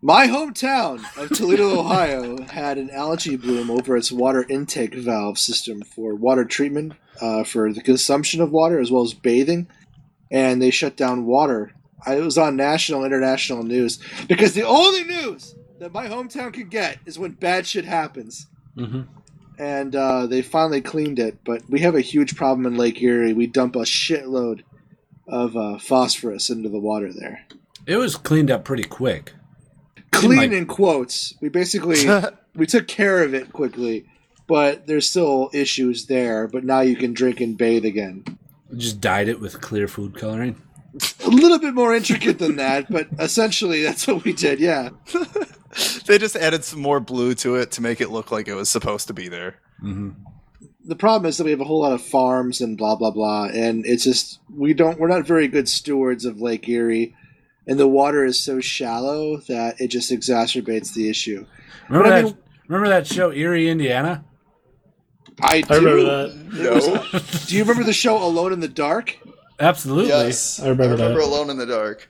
B: My hometown of Toledo, Ohio, had an algae bloom over its water intake valve system for water treatment, uh, for the consumption of water as well as bathing, and they shut down water. I, it was on national, and international news because the only news that my hometown could get is when bad shit happens
A: Mm-hmm.
B: and uh, they finally cleaned it. But we have a huge problem in Lake Erie. We dump a shitload of uh, phosphorus into the water there.
A: It was cleaned up pretty quick.
B: Clean
A: like-
B: in quotes. We basically we took care of it quickly, but there's still issues there. But now you can drink and bathe again.
A: We Just dyed it with clear food coloring.
B: A little bit more intricate than that, but essentially that's what we did. Yeah,
D: they just added some more blue to it to make it look like it was supposed to be there.
A: Mm-hmm.
B: the problem is that we have a whole lot of farms and blah blah blah and it's just we don't we're not very good stewards of lake erie and the water is so shallow that it just exacerbates the issue
A: Remember
B: But I
A: that?
B: mean-
A: remember that show Erie, Indiana?
B: i do
C: I remember that.
D: No.
B: do you remember the show alone in the dark
A: Absolutely.
D: yes.
C: I remember that.
D: Alone in the Dark.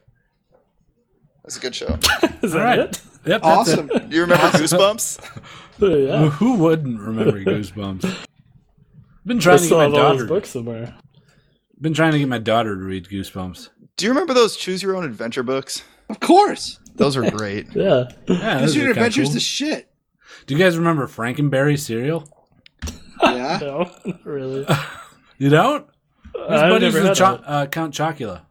D: That's a good show.
C: Is
A: All
C: that
A: right.
C: it?
A: Yep. That's
B: awesome
D: Do you remember Goosebumps?
A: It.
C: Yeah.
A: Who wouldn't remember Goosebumps? I've been
C: I
A: trying to get
C: still
A: my
C: have all his
A: daughter.
C: books somewhere.
A: Been trying to get my daughter to read Goosebumps.
D: Do you remember those Choose Your Own Adventure books?
B: of course
D: Those were great.
C: Yeah.
A: Yeah, those
B: because
A: are
B: your
A: kinda
B: adventures
A: cool.
B: the shit
A: Do you guys remember Frankenberry cereal?
B: yeah
C: No, really.
A: You don't? His
C: I
A: buddies with
C: never had
A: Cho- uh, Count Chocula.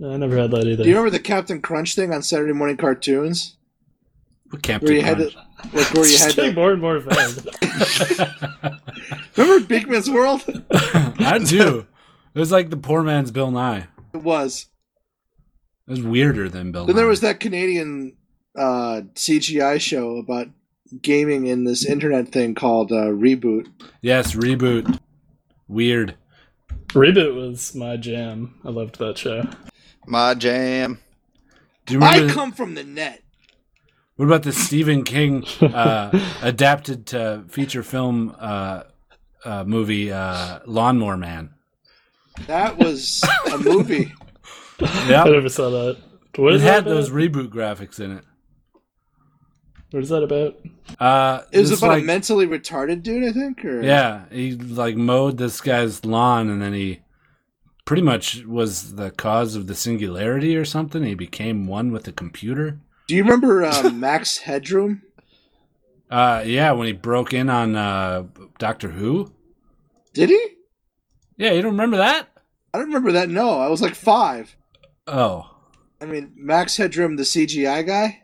C: that. I never had that either.
B: do you remember the captain crunch thing on saturday morning cartoons
A: What Captain
B: where you had
A: Crunch.
B: to like where you
C: It's
B: had
C: just getting
B: to,
C: more and more vague.
B: Remember Bigman's World?
A: I do. It was like the poor man's Bill Nye.
B: It was.
A: It was weirder than Bill.
B: Then there
A: Nye.
B: was that Canadian uh, CGI show about gaming in this internet thing called uh, Reboot.
A: yes reboot. Weird.
C: Reboot was my jam. I loved that show.
D: My jam.
A: Do you remember?
B: I come from the net.
A: what about the Stephen King uh, adapted to feature film uh, uh, movie uh, Lawnmower Man?
B: That was a movie.
C: I
A: Yeah,
C: never saw that. What
A: it
C: is that
A: had
C: about?
A: those reboot graphics in it.
C: What is that about?
A: Uh,
B: It was
A: it's
B: about
A: like-
B: a mentally retarded dude, I think. Or
A: Yeah, he like mowed this guy's lawn, and then he pretty much was the cause of the singularity or something. He became one with the computer.
B: Do you remember uh, Max Headroom?
A: Uh, yeah, when he broke in on uh, Doctor Who.
B: Did he?
A: Yeah, you don't remember that?
B: I don't remember that. No, I was like five.
A: Oh,
B: I mean, Max Headroom, the CGI guy.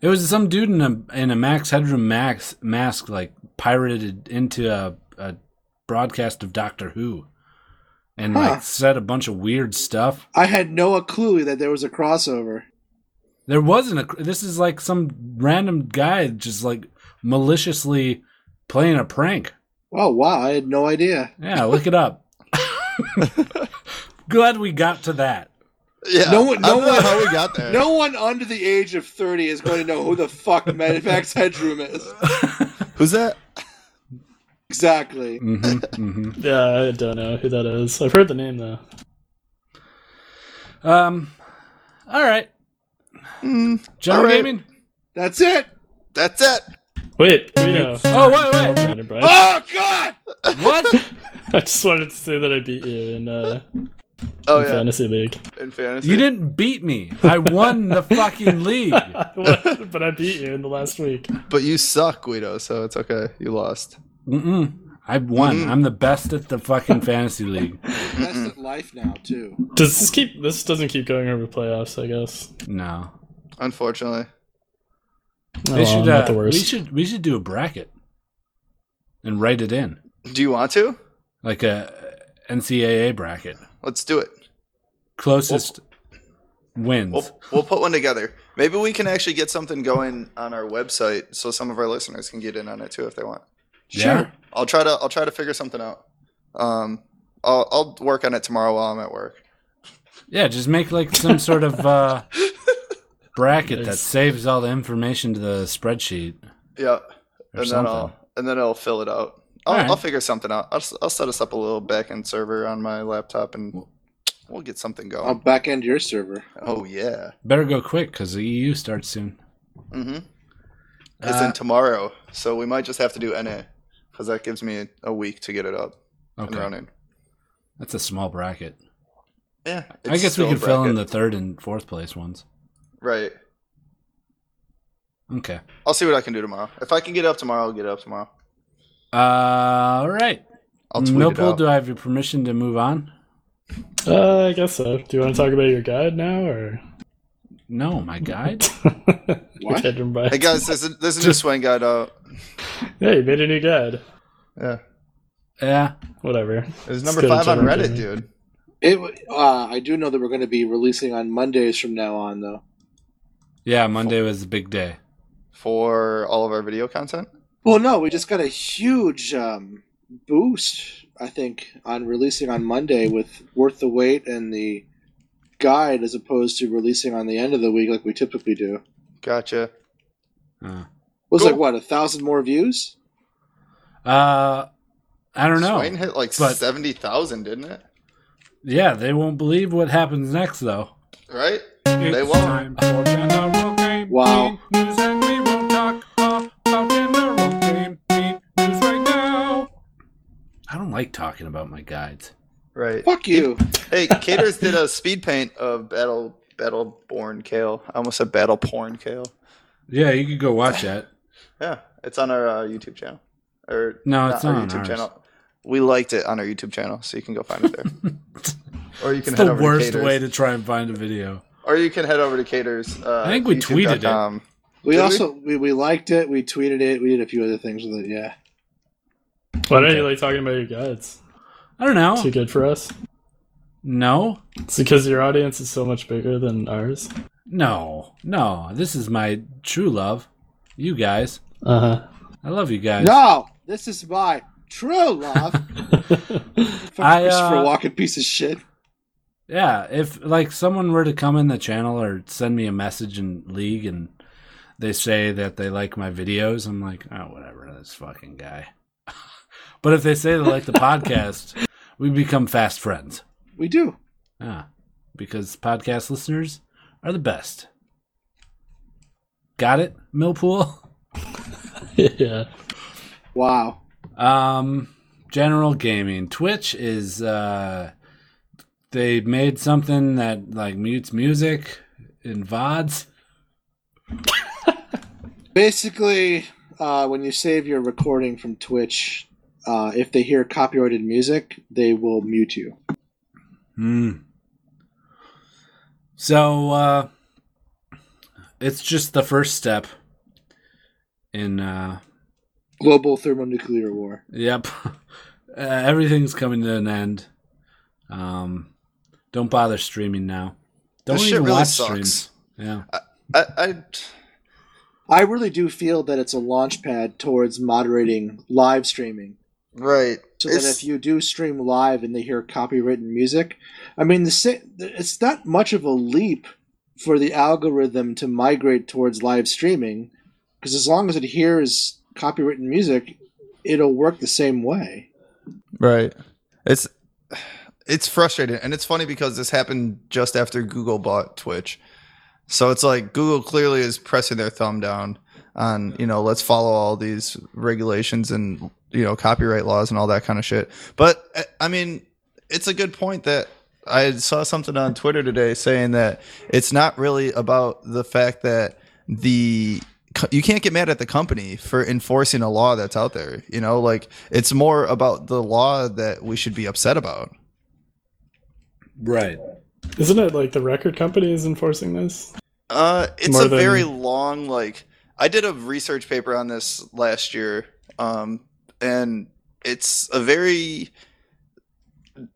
A: it was some dude in a in a Max Headroom Max mask, like pirated into a, a broadcast of Doctor Who, and
B: Huh.
A: like said a bunch of weird stuff.
B: I had no a clue that there was a crossover.
A: There wasn't a. This is like some random guy just like maliciously playing a prank.
B: Oh wow, I had no idea.
A: Yeah, look it up. Glad we got to that.
D: Yeah.
B: No one-
D: I
B: no
D: don't know
B: one-
D: how we got there.
B: No one under the age of thirty is going to know who the fuck Max Headroom is.
D: Who's that? Mm.
B: Exactly.
A: hmm hmm
C: Yeah, I don't know who that is. I've heard the name though.
A: Um, all right. General
D: all right.
A: gaming.
B: That's it.
D: That's it.
C: Wait, Guido.
A: Oh wait, wait.
C: Brandon Bryce.
B: Oh god.
A: What?
C: I just wanted to say that I beat you in uh,
D: Oh
C: in
D: yeah.
C: fantasy league,
D: In fantasy.
A: you didn't beat me. I won the fucking league.
C: but I beat you in the last week.
D: But you suck, Guido, so it's okay. You lost.
A: Mm-mm. I won. I'm the best at the fucking fantasy league.
B: That's at life now too.
C: Does this keep? This doesn't keep going over playoffs, I guess.
A: No.
D: Unfortunately.
C: Oh,
A: They
C: I'm
A: should,
C: not
A: uh,
C: the
A: We
C: worst.
A: should we should do a bracket and write it in
D: Do you want to?
A: like a NCAA bracket.
D: Let's do it.
A: Closest wins.
D: We'll, we'll put one together. Maybe we can actually get something going on our website so some of our listeners can get in on it too if they want.
A: Yeah.
B: Sure.
D: I'll try to I'll try to figure something out. Um, I'll I'll work on it tomorrow while I'm at work.
A: Yeah, just make like some sort of uh, bracket that
C: Nice.
A: saves all the information to the spreadsheet.
D: Yeah,
A: Or
D: and then
A: something.
D: I'll and then I'll fill it out. I'll,
A: All right.
D: I'll figure something out. I'll, s- I'll set us up a little back end server on my laptop and we'll get
A: um,
D: something
B: I'll
D: going.
B: back end your server.
D: Oh yeah,
A: Better go quick because the EU starts soon.
D: mm-hmm. it's
A: Uh,
D: in tomorrow, so we might just have to do NA because that gives me a, a week to get it up and
A: okay,
D: running.
A: that's a small bracket.
D: Yeah,
A: I
D: it's
A: guess we
D: still a
A: could fill in the
D: bracket.
A: third and fourth place ones.
D: right.
A: Okay.
D: I'll see what I can do tomorrow. If I can get up tomorrow, I'll get up tomorrow.
A: Uh, all right.
D: I'll tweet
A: Mm, no
D: it
A: poll.
D: out.
A: Do I have your permission to move on?
C: Uh, I guess so. Do you want to talk about your guide now, or
A: No, my guide.
B: What?
C: Brandon Bryce?
D: Hey guys, there's a, there's a new swing guide uh, out.
C: Yeah, you made a new guide.
D: Yeah,
A: yeah.
C: Whatever.
D: it was
C: It's
D: number
C: good
D: five on
C: general
D: Reddit,
C: gaming.
D: dude.
B: It. w- Uh, I do know that we're going to be releasing on Mondays from now on, though.
A: Yeah, Monday was a big day.
D: For all of our video content.
B: Well, no, we just got a huge um, boost, I think, on releasing on Monday with Worth the Wait and the guide as opposed to releasing on the end of the week like we typically do. It
D: Gotcha.
A: Uh,
B: was
D: Cool.
B: like, what, a thousand more views?
A: uh, I don't know.
D: Swain hit like
A: but-
D: seventy thousand, didn't it?
A: Yeah, they won't believe what happens next though.
D: Right? They won't. time
B: Wow.
A: I don't like talking about my guides.
D: Right.
B: Fuck you.
D: Hey, Caters did a speed paint of Battle Battleborn Kale. I almost said Battle Porn Kale.
A: Yeah, you could go watch that.
D: Yeah, it's on our uh, YouTube channel. Or
A: No, it's
D: our
A: not on
D: YouTube
A: ours.
D: channel. We liked it on our YouTube channel, so you can go find it there. or you can
A: It's
D: head
A: the
D: over
A: worst
D: to Caters.
A: way to try and find a video.
D: Or you can head over to Caters. Uh,
A: I think we tweeted it.
D: YouTube.com.
B: We
D: Did we?
B: also we? We, liked it. We tweeted it. We did a few other things with it. Yeah.
C: Why don't you like talking about your guides?
A: I don't
C: Too
B: Oh.
A: know.
C: good for us?
A: No,
C: It's because your audience is so much bigger than ours.
A: no, no. This is my true love. You guys, Uh-huh.
C: Uh
A: I love you guys.
B: No, this is my true love. Fuck
A: I,
B: Christopher
A: uh,
B: Walken, piece of shit.
A: Yeah, if like someone were to come in the channel or send me a message in League and they say that they like my videos, I'm like, oh, whatever, this fucking guy. but if they say they like the podcast, we become fast friends.
B: We do.
A: Ah, because podcast listeners are the best. Got it, Millpool?
C: huh. yeah.
B: Wow.
A: Um, general gaming. Twitch is uh, they made something that like mutes music in VODs.
B: Basically, uh, when you save your recording from Twitch, uh, if they hear copyrighted music, they will mute you.
A: Hmm. So uh, it's just the first step in uh,
B: Global thermonuclear war.
A: Yep. Uh, everything's coming to an end. Um, don't bother streaming now. Don't
D: This shit
A: even
D: really
A: watch
D: sucks.
A: streams. Yeah.
D: I, I
B: I really do feel that it's a launch pad towards moderating live streaming.
D: right.
B: So that
D: It's,
B: if you do stream live and they hear copywritten music, I mean, the sa- it's not much of a leap for the algorithm to migrate towards live streaming, because as long as it hears copywritten music, it'll work the same way.
D: right.
E: It's it's frustrating, and it's funny because this happened just after Google bought Twitch, so it's like Google clearly is pressing their thumb down on you know let's follow all these regulations and you know copyright laws and all that kind of shit. But I- I mean, it's a good point that I saw something on Twitter today saying that it's not really about the fact that the co- you can't get mad at the company for enforcing a law that's out there. You know, like it's more about the law that we should be upset about.
A: Right.
C: Isn't it like the record company is enforcing this?
D: Uh,
E: It's
C: More
E: a
C: than-
E: very
D: very
E: long like I did a research paper on this last year, um, and it's a very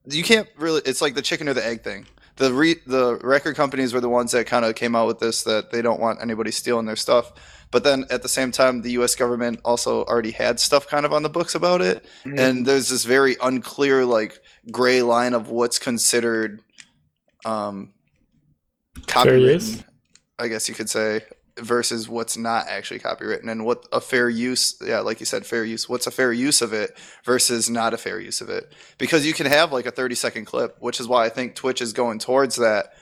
D: you can't really. It's like the chicken or the egg thing. The re, the record companies were the ones that kind of came out with this that they don't want anybody stealing their stuff. But then at the same time, the U.S. government also already had stuff kind of on the books about it, and there's this very unclear like gray line of what's considered um,
C: Fair
D: copyright.
C: use?
D: I guess you could say, versus what's not actually copywritten and what a fair use, yeah, like you said, fair use, what's a fair use of it versus not a fair use of it. Because you can have like a 30 second clip, which is why I think Twitch is going towards that.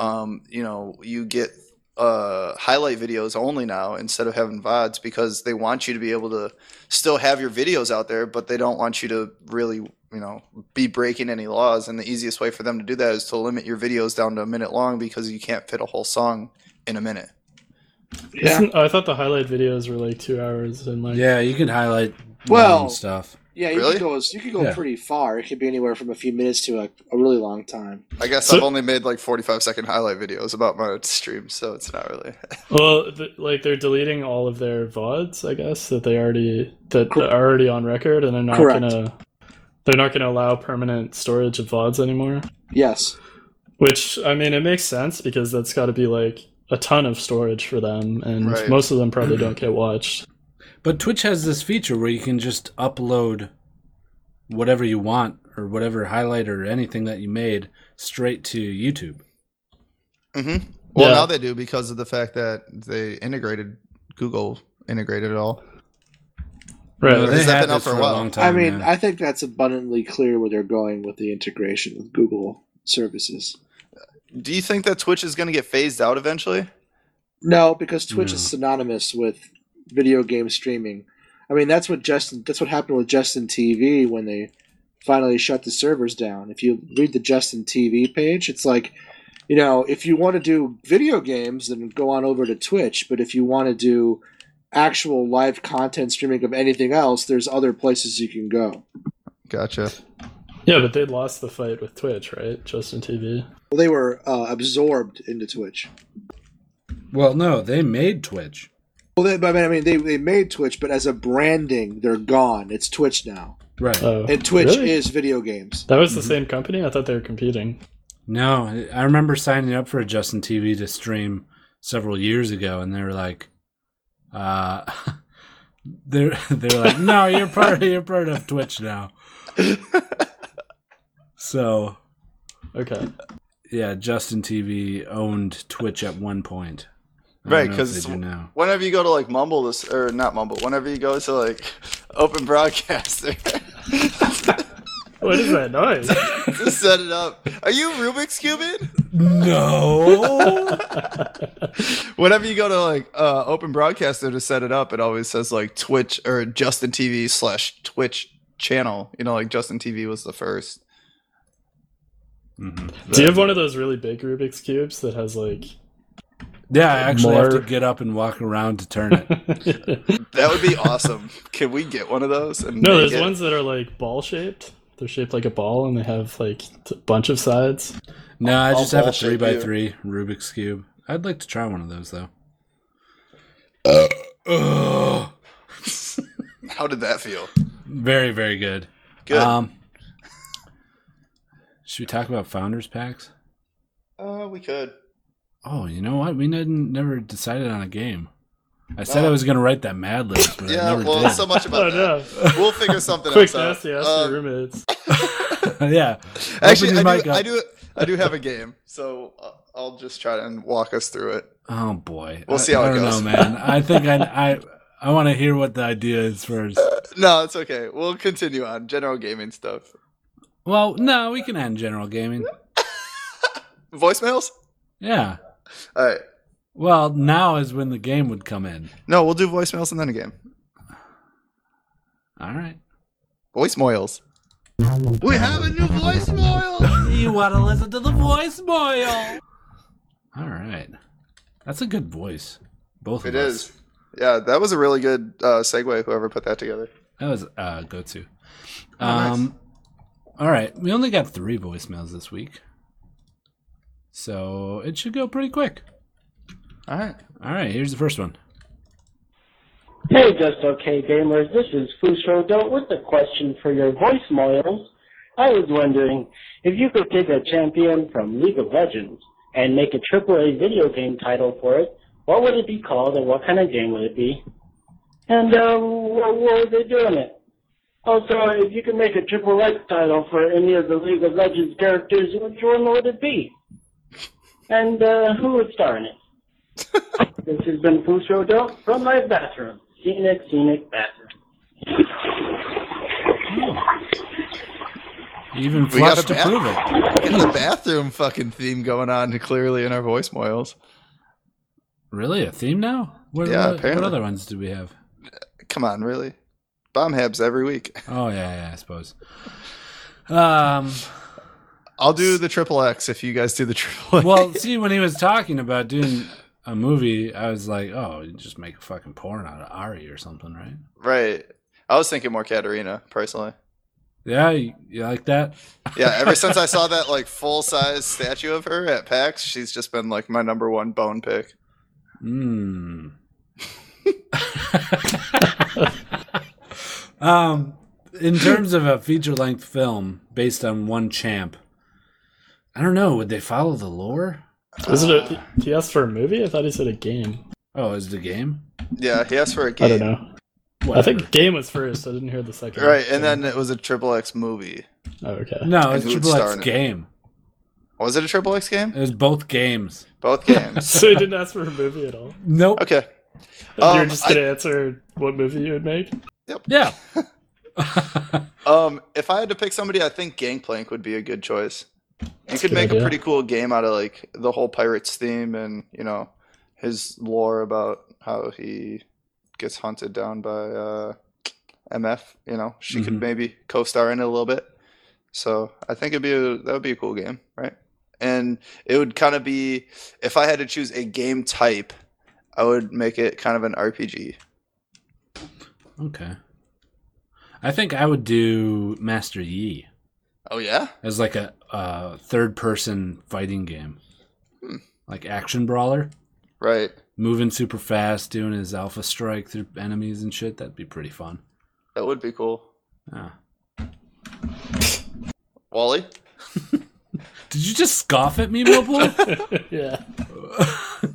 D: Um, you know, you get uh, highlight videos only now instead of having VODs because they want you to be able to still have your videos out there, but they don't want you to really, you know, be breaking any laws. And the easiest way for them to do that is to limit your videos down to a minute long because you can't fit a whole song in a minute.
B: Yeah.
C: Isn't- oh, I thought the highlight videos were like two hours and like
A: Yeah, you can highlight
B: Well-
A: well stuff.
B: Yeah, you
D: Really?
B: could go you could go
A: Yeah.
B: pretty far. It could be anywhere from a few minutes to a, a really long time.
D: I guess
C: So-
D: I've only made like 45 second highlight videos about my stream, so it's not really.
C: Well, th- like they're deleting all of their vods, I guess that they already that are already on record, and they're not
B: Correct.
C: gonna they're not gonna allow permanent storage of vods anymore.
B: Yes.
C: Which I mean, it makes sense because that's got to be like a ton of storage for them, and
D: Right.
C: most of them probably don't get watched.
A: But Twitch has this feature where you can just upload whatever you want or whatever highlight or anything that you made straight to YouTube.
D: Mm-hmm.
E: well
C: Yeah.
E: now they do because of the fact that they integrated Google integrated it all.
C: Right.
A: No, they
D: Has that
A: had
D: been out
A: this
D: for a
A: for a
D: while?
A: long time.
B: I mean,
A: yeah.
B: I think that's abundantly clear where they're going with the integration with Google services.
D: Do you think that Twitch is going to get phased out eventually?
B: No, because Twitch is
A: No.
B: synonymous with video game streaming. I mean, that's what Justin. That's what happened with Justin TV when they finally shut the servers down. If you read the Justin TV page, it's like, you know, if you want to do video games, then go on over to Twitch. But if you want to do actual live content streaming of anything else, there's other places you can go.
E: Gotcha.
C: Yeah, but they lost the fight with Twitch, right? Justin TV.
B: Well, they were uh, absorbed into Twitch.
A: well, no, they made Twitch.
B: Well, they, but I mean, they, they made Twitch, but as a branding, they're gone. It's Twitch now.
A: Right.
C: Oh,
B: And Twitch
C: really?
B: is video games.
C: That was the same company. I thought they were competing.
A: No, I- I remember signing up for Justin TV to stream several years ago, and they were like, uh, they're they're like, no, you're part you're part of Twitch now. so
C: Okay.
A: yeah, Justin TV owned Twitch at one point. I don't
D: Right,
A: know if
D: 'cause
A: they
D: it's-
A: do now.
D: Whenever you go to like Mumble this or not Mumble, whenever you go to like Open Broadcaster,
C: What is that noise?
D: just set it up. Are you Rubik's Cuban?
A: no,
D: Whenever you go to like uh, Open Broadcaster to set it up, it always says like Twitch or Justin TV slash Twitch channel. You know, like Justin TV was the first.
A: Mhm.
C: Do you have one of those really big Rubik's cubes that has like?
A: yeah, I actually have to
C: More-
A: get up and walk around to turn it.
D: That would be awesome. Can we get one of those? And
C: no,
D: make it-
C: there's ones that are like ball shaped. They're shaped like a ball, and they have like a bunch of sides.
A: No, I just have a three
D: bullshit
A: by
D: you.
A: three Rubik's cube. I'd like to try one of those though.
D: Uh,
A: Ugh.
D: How did that feel?
A: Very, very good.
D: Good.
A: Um, should we talk about founders packs?
D: Uh, we could.
A: Oh, you know what? We didn't, never decided on a game. I said I was going to write that Mad Libs, but I
D: Uh, Yeah,
A: never
D: well,
A: did.
D: so much
C: Oh
D: about that.
C: no!
D: We'll figure something
C: Quick
D: else out.
C: nasty ask
D: Um,
C: your roommates.
A: yeah,
D: Actually,
A: Open your
D: I
A: mic
D: do,
A: up.
D: I do. I do have a game, so uh, I'll just try and walk us through it.
A: Oh boy,
D: We'll
A: I-
D: see how
A: I
D: it
A: don't
D: goes.
A: know, man. I think I, I, I want to hear what the idea is first.
D: No, it's okay. We'll continue on general gaming stuff.
A: Well, no, we can end general gaming.
D: Voicemails.
A: Yeah.
D: All right.
A: Well, now is when the game would come in.
D: No, we'll do voicemails and then a game.
A: All right.
D: Voicemails. We have a new voicemail.
A: You want to listen to the voicemail? All right. That's a good voice. Both
D: it
A: of us.
D: is. Yeah, that was a really good uh, segue. Whoever put that together.
A: That was uh, go to.
D: Oh,
A: Um, All right. We only got three voicemails this week. So it should go pretty quick.
D: All right.
A: All right. Here's the first one.
G: Hey, just okay gamers. This is Fusro Don't with a question for your voicemails. I was wondering if you could take a champion from League of Legends and make a AAA video game title for it. What would it be called, and what kind of game would it be? And uh, what were they doing it? Also, if you could make a triple X title for any of the League of Legends characters, which one would it be? And uh, who would star in it? This has been Fusro Dope from my bathroom. Scenic, scenic bathroom.
A: Even
D: We got
A: flushed
D: a
A: to
D: bat-
A: prove it.
D: Get the bathroom fucking theme going on clearly in our voicemails.
A: Really? A theme now? What,
D: Yeah,
A: what- what
D: apparently.
A: other ones do we have?
D: Come on, really? Bomb habs every week.
A: Oh, yeah, yeah, I suppose. Um,
D: I'll do the triple X if you guys do the triple X.
A: Well, see, when he was talking about doing a movie, I was like, oh, you just make a fucking porn out of Ari or something, right?
D: right. I was thinking more Katarina, personally.
A: Yeah, you, you like that?
D: Yeah, ever since I saw that like full size statue of her at PAX, she's just been like my number one bone pick.
A: Mmm. um, in terms of a feature length film based on one champ, I don't know. Would they follow the lore?
C: Is it
D: uh,
C: a, he asked for a movie? I thought he said a game.
A: Oh, is the game?
D: Yeah, he asked for a game.
C: I don't know. I think game was first. I didn't hear the second.
D: Right, and then it was a triple X movie.
C: Oh, okay.
A: No, it's
D: who would
A: Triple
D: star
A: X
D: in it?
A: game.
D: Was it a triple X game?
A: It was both games.
D: Both games.
C: So he didn't ask for a movie at all.
A: Nope.
D: Okay.
C: you were
D: Um,
C: just
D: I-
C: gonna answer what movie you would make.
A: Yeah.
D: Um, if I had to pick somebody, I think Gangplank would be a good choice. You could
C: good
D: make a
C: idea.
D: pretty cool game out of like the whole pirates theme and you know his lore about how he gets hunted down by uh, MF. You know, she
A: Mhm.
D: could maybe co-star in it a little bit. So I think it'd be a, that would be a cool game, right? And it would kind of be if I had to choose a game type, I would make it kind of an RPG.
A: Okay. I think I would do Master Yi
D: Oh yeah,
A: as like a uh, third person fighting game. Like action brawler,
D: right.
A: moving super fast, doing his alpha strike through enemies and shit. That'd be pretty fun.
D: That would be cool.
A: Yeah.
D: Wally?
A: Did you just scoff at me, Millpool?
C: yeah.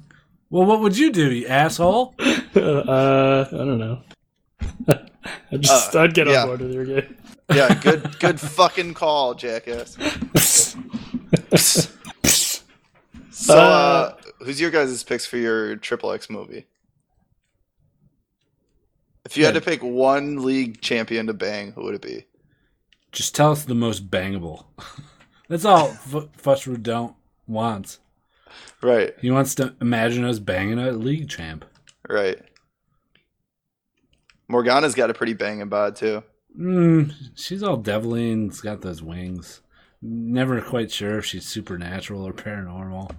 A: well, what would you do, you asshole?
C: Uh, I don't know. I just I'd get
D: Uh, yeah.
C: on board with your game.
D: Yeah, good good fucking call, jackass. so uh, who's your guys' picks for your triple X movie? If you had to pick one league champion to bang, who would it be?
A: Just tell us the most bangable. That's all F- Fushru don't wants.
D: Right,
A: He wants to imagine us banging a league champ.
D: right. Morgana's got a pretty banging bod too.
A: Mm, she's all deviling. She's got those wings. Never quite sure if she's supernatural or paranormal.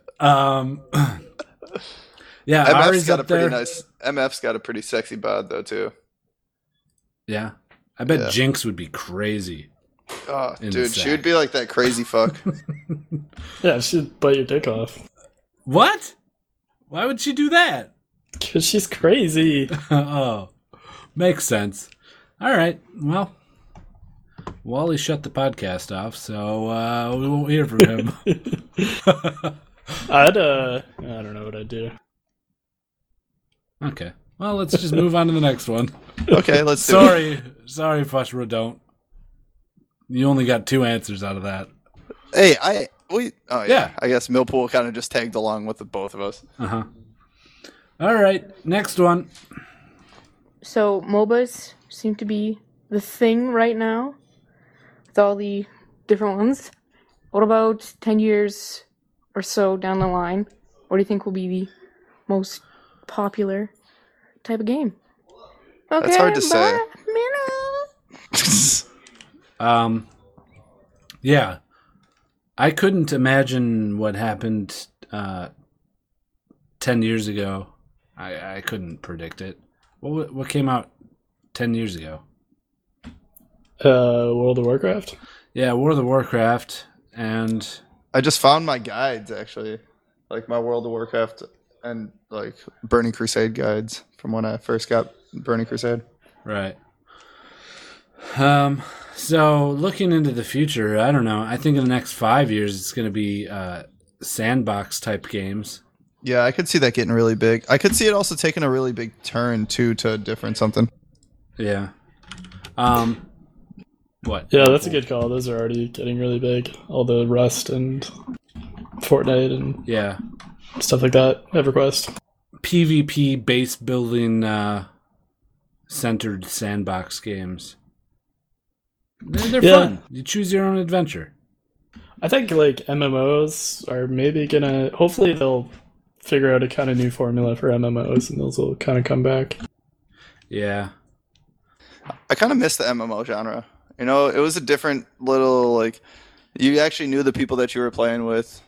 A: um, yeah,
D: MF's
A: Ari's
D: got
A: up
D: a pretty
A: there.
D: nice MF's got a pretty sexy bod though too.
A: Yeah, I bet
D: Yeah.
A: Jinx would be crazy.
D: Oh,
A: In the
D: dude, she
A: sack.
D: would be like that crazy fuck.
C: Yeah, she'd bite your dick off.
A: What? Why would she do that?
C: Cause she's crazy.
A: oh, makes sense. All right. Well, Wally shut the podcast off, so uh, we won't hear from him.
C: I'd uh, I don't know what I'd do.
A: okay. Well, let's just move on to the next one.
D: okay, let's do it.
A: Sorry, sorry, Fushra, don't. You only got two answers out of that.
D: Hey, I we oh yeah.
A: Yeah.
D: I guess Millpool kind of just tagged along with the both of us.
A: Uh huh. All right, next one.
H: So MOBAs seem to be the thing right now with all the different ones. What about 10 years or so down the line? What do you think will be the most popular type of game? Okay,
D: hard to say.
H: bye, Minnow.
A: Um, yeah, I couldn't imagine what happened uh, ten years ago. I, I couldn't predict it. What wa- what came out ten years ago?
C: Uh, World of Warcraft.
A: Yeah, World of Warcraft and
D: I just found my guides actually, like my World of Warcraft and like Burning Crusade guides from when I first got Burning Crusade.
A: Right. Um. So looking into the future, I don't know. I think in the next five years, it's going to be uh, sandbox type games.
D: Yeah, I could see that getting really big. I could see it also taking a really big turn too to a different something.
A: Yeah. Um. What?
C: Yeah, that's a good call. Those are already getting really big. All the Rust and Fortnite and
A: Yeah.
C: stuff like that. EverQuest.
A: PvP base building uh, centered sandbox games. They're, they're
C: Yeah.
A: fun. You choose your own adventure.
C: I think like MMOs are maybe gonna. Hopefully they'll figure out a kind of new formula for MMOs and those will kind of come back.
A: Yeah.
D: I kind of miss the MMO genre. You know, it was a different little like you actually knew the people that you were playing with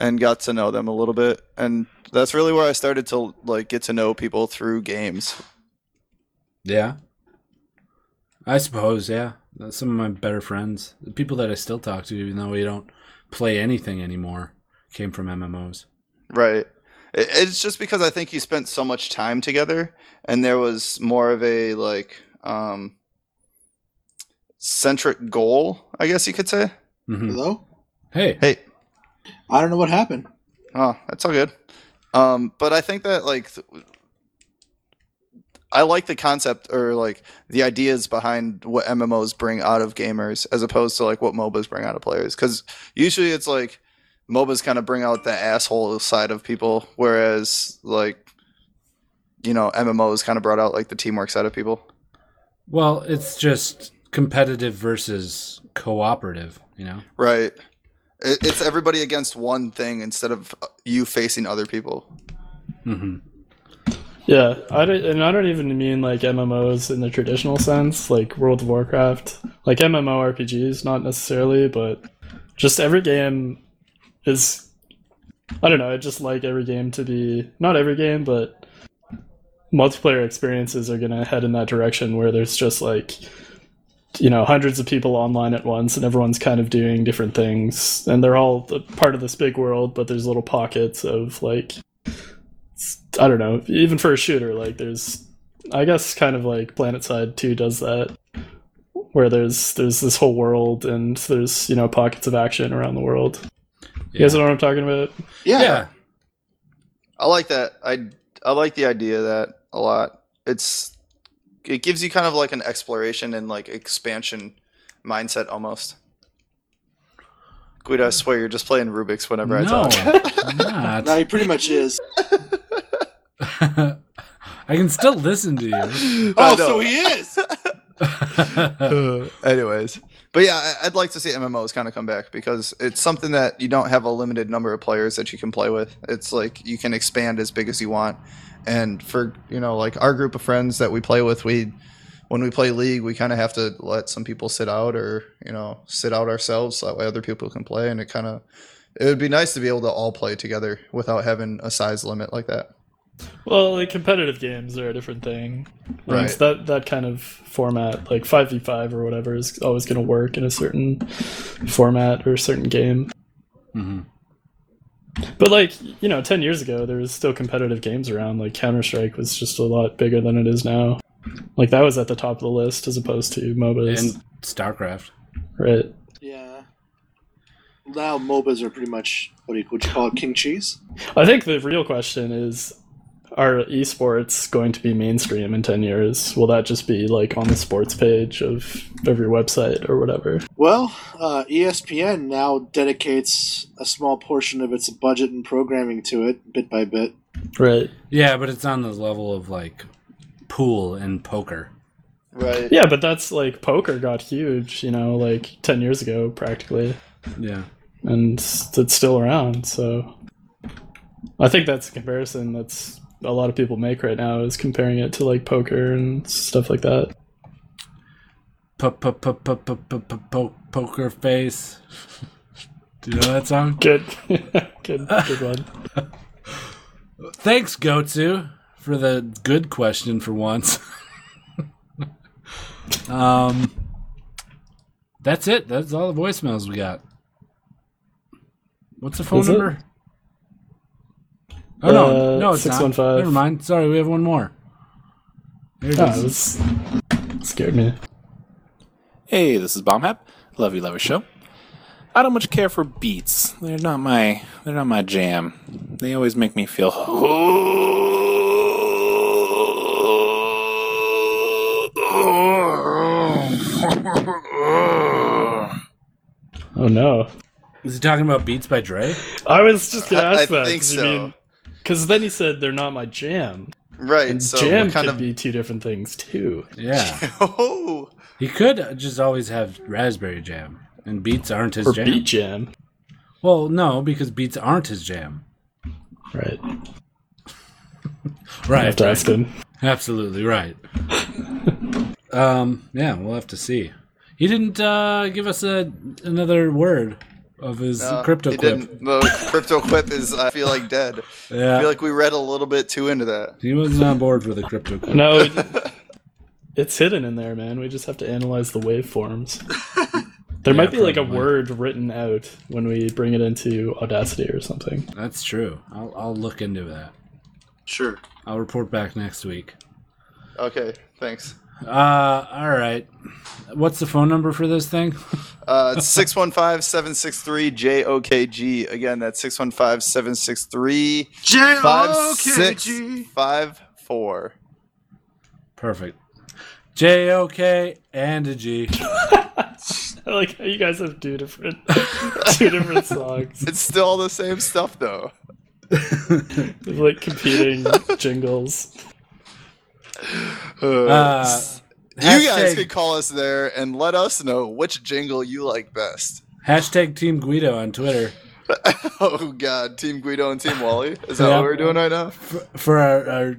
D: and got to know them a little bit and that's really where I started to like get to know people through games.
A: Yeah. I suppose, yeah. That's Some of my better friends, the people that I still talk to, even though we don't play anything anymore, came from MMOs.
D: Right. It- It's just because I think you spent so much time together, and there was more of a like um, centric goal, I guess you could say.
A: hmm
B: Hello?
A: Hey,
D: Hey,
B: I don't know what happened.
D: oh, that's all good. Um, but I think that like th- I like the concept or like the ideas behind what MMOs bring out of gamers as opposed to like what MOBAs bring out of players. Because usually it's like MOBAs kind of bring out the asshole side of people, whereas like you know MMOs kind of brought out like the teamwork side of people.
A: well, it's just competitive versus cooperative, you know?
D: Right. It, it's everybody against one thing instead of uh, you facing other people.
A: hmm
C: Yeah, I don't, and I don't even mean like MMOs in the traditional sense, like World of Warcraft, like MMORPGs, not necessarily, but just every game is. I don't know. I just like every game to be not every game, but multiplayer experiences are gonna head in that direction where there's just like you know hundreds of people online at once and everyone's kind of doing different things and they're all a part of this big world but there's little pockets of like I don't know, even for a shooter, like there's I guess kind of like PlanetSide 2 does that, where there's there's this whole world and there's you know pockets of action around the world. You guys know what I'm talking about?
D: Yeah.
A: Yeah.
D: I like that. I I like the idea of that a lot. It's it gives you kind of like an exploration and like expansion mindset almost. Guido, I swear you're just playing Rubik's whenever I
A: No,
D: talk.
A: I'm not.
B: No, he pretty much is.
A: I can still listen to you.
D: I
B: Oh,
D: know.
B: so he is.
D: Uh, anyways, but yeah, I- I'd like to see MMOs kind of come back because it's something that you don't have a limited number of players that you can play with. It's like you can expand as big as you want. And for you know, like our group of friends that we play with, we when we play League, we kind of have to let some people sit out or you know sit out ourselves. So that way, other people can play, and it kind of it would be nice to be able to all play together without having a size limit like that.
C: Well, like competitive games are a different thing. And
D: Right.
C: it's that that kind of format, like five v five or whatever, is always going to work in a certain format or a certain game.
A: Mhm.
C: But like you know, ten years ago, there was still competitive games around. Like Counter Strike was just a lot bigger than it is now. Like that was at the top of the list as opposed to MOBAs,
A: And StarCraft.
C: right?
B: Yeah. Now MOBAs are pretty much what do you, would you call it, king cheese?
C: I think the real question is are esports going to be mainstream in 10 years? Will that just be like on the sports page of every website or whatever?
B: Well, uh, ESPN now dedicates a small portion of its budget and programming to it, bit by bit.
C: Right.
A: Yeah, but it's on the level of like pool and poker.
D: Right.
C: Yeah, but that's like poker got huge, you know, like 10 years ago practically,
A: Yeah.
C: and it's still around. So I think that's a comparison that's a lot of people make right now is comparing it to like poker and stuff like that.
A: Poker face. Do you know that song?
C: Good. good, good one.
A: Thanks, Gotu, for the good question for once. um, that's it. That's all the voicemails we got. What's the phone
C: That's it?
A: number? Oh no,
C: Uh,
A: no, it's not.
C: 615.
A: Never mind. Sorry, we have one more. There it
C: Oh,
A: is.
C: it was- it scared me.
I: Hey, this is Bombhap. Love you, love your show. I don't much care for beats. They're not my they're not my jam. They always make me feel
C: Oh no.
A: Is he talking about Beats by Dre?
C: I was just gonna
D: I-
C: ask
D: I
C: that.
D: think
C: 'cause
D: so.
C: Because then he said they're not my jam.
D: Right.
C: And
D: so
C: jam
D: what kind
C: could
D: of
C: be two different things too.
A: Yeah.
D: oh.
A: he could just always have raspberry jam, and beats aren't his
C: Or
A: jam.
C: beat jam.
A: Well, no, because beats aren't his jam.
C: Right. I have
A: Right.
C: to ask him.
A: Absolutely right. um, yeah, we'll have to see. He didn't uh, give us a, another word of his
D: Uh,
A: crypto
D: he
A: clip.
D: didn't. The crypto quip is I feel like dead. I
A: Yeah,
D: feel like we read a little bit too into that.
A: he wasn't on board with the crypto clip.
C: No, it- it's hidden in there, man. We just have to analyze the waveforms. There might be like a
A: probably.
C: word written out when we bring it into Audacity or something.
A: That's true. I'll, I'll look into that.
B: Sure.
A: I'll report back next week.
D: Okay, thanks.
A: Uh, all right. What's the phone number for this thing?
D: Uh, it's 615-763-JOKG. Again, that's 615-763-5654.
B: J O K G.
D: Thanks
A: Perfect. J O K and a G.
C: I like how you guys have two different, two different songs,
D: It's still the same stuff though.
C: like competing jingles.
A: Uh,
D: you guys
A: hashtag-
D: could call us there and let us know which jingle you like best.
A: Hashtag Team Guido on Twitter
D: Oh god, Team Guido and Team Wally. Is that
A: Yeah.
D: what we're doing right now?
A: for our, our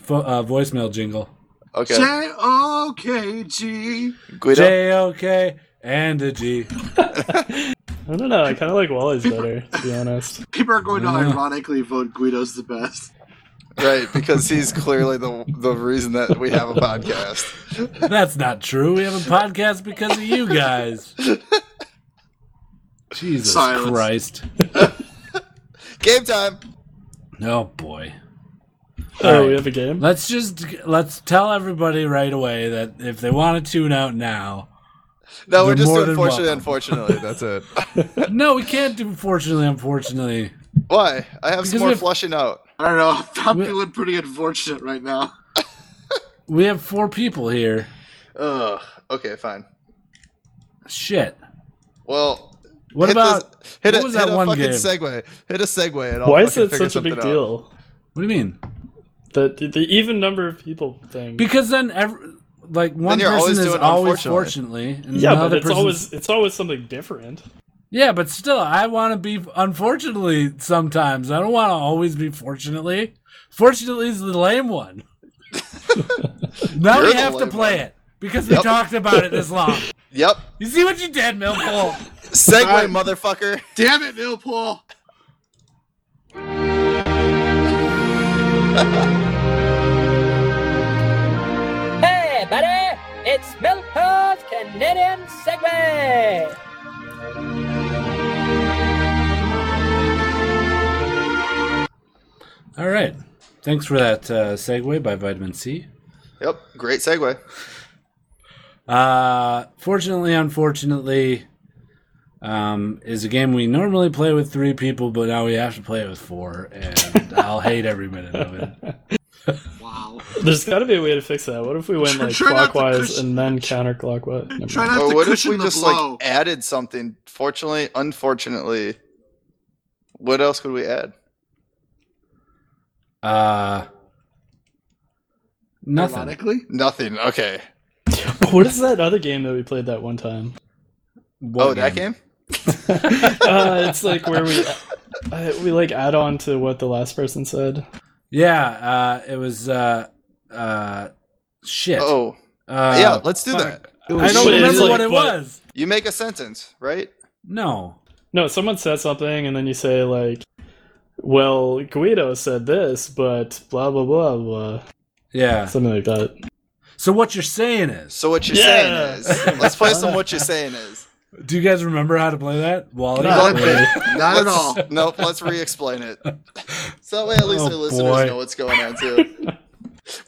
A: fo- uh, voicemail jingle.
D: Okay.
B: J O K G.
D: Guido.
A: J O K and a G.
C: I don't know. I kind of like Wally's better, to be honest.
B: People are going to ironically vote Guido's the best.
D: Right, because he's clearly the the reason that we have a podcast.
A: That's not true. We have a podcast because of you guys. Jesus
B: Silence.
A: Christ.
D: Game time.
A: Oh boy.
C: Oh,
A: right.
C: we have a game.
A: Let's just let's tell everybody right away that if they want to tune out now,
D: No, we're
A: You're
D: just
A: more than
D: doing fortunately,
A: welcome.
D: unfortunately. That's it.
A: no, we can't do. Fortunately, unfortunately,
D: Why? I have
A: Because
D: some more
A: we have-
D: flushing out.
B: I don't know. I'm
A: We-
B: feeling pretty unfortunate right now.
A: we have four people here.
D: Ugh. Okay, fine.
A: Shit.
D: Well,
A: What
D: hit
A: about
D: this, hit
A: what
D: a,
A: was that
D: hit a
A: one
D: fucking
A: game?
D: segue? Hit a segue. And I'll
C: Why is
D: fucking
C: it
D: figure
C: such a big
D: something out.
C: deal?
A: what do you mean?
C: The, the the even number of people thing.
A: Because then every like one
D: you're
A: person
D: always
A: is
D: doing
A: always
D: unfortunately.
A: fortunately, and
C: yeah, but
A: another
C: it's
A: person's-
C: always it's always something different.
A: yeah, but still, I want to be unfortunately sometimes. I don't want to always be fortunately. Fortunately is the lame one. now
D: You're
A: we
D: the
A: have to
D: lame
A: play it because we
D: Yep.
A: talked about it this long.
D: Yep.
A: You see what you did, Millpool?
D: Segue,
B: Alright.
D: motherfucker.
B: Damn it, Millpool!
J: Hey, buddy! It's Milpool's Canadian Segway!
A: All right. Thanks for that uh, segue by Vitamin C.
D: Yep. Great segue.
A: Uh, fortunately, unfortunately, um, is a game we normally play with three people, but now we have to play it with four, and I'll hate every minute of it.
B: Wow.
C: There's got to be a way to fix that. What if we went like
B: Try not to
C: clockwise
B: push-
C: and then counterclockwise? Never
B: Try
C: mind.
B: not
D: Or
B: to
D: what if
B: cushion
D: we
B: the
D: just
B: blow.
D: like added something? Fortunately, unfortunately. What else could we add?
A: Uh, nothing.
B: Ironically,
D: Nothing. Okay.
C: What is that other game that we played that one time?
A: What
D: oh, that game?
C: Uh, it's like where we uh, we like add on to what the last person said.
A: Yeah, uh, it was uh, uh, shit.
D: Oh,
A: uh,
D: yeah. Let's do that.
A: I don't
C: shit. It's
A: remember
C: like-
A: what it
C: but-
A: was.
D: You make a sentence, right?
A: No.
C: No, someone said something, and then you say like, "Well, Guido said this, but blah blah blah blah,"
A: Yeah.
C: something like that.
A: So what you're saying is,
D: So what you're
C: Yeah.
D: saying is, let's play some. What you're saying is.
A: do you guys remember how to play that? Wally?
B: not,
D: really.
B: not at
D: Let's-
B: all.
D: Nope. Let's re-explain it. So that way, at least
A: Oh,
D: our listeners
A: boy.
D: know what's going on too.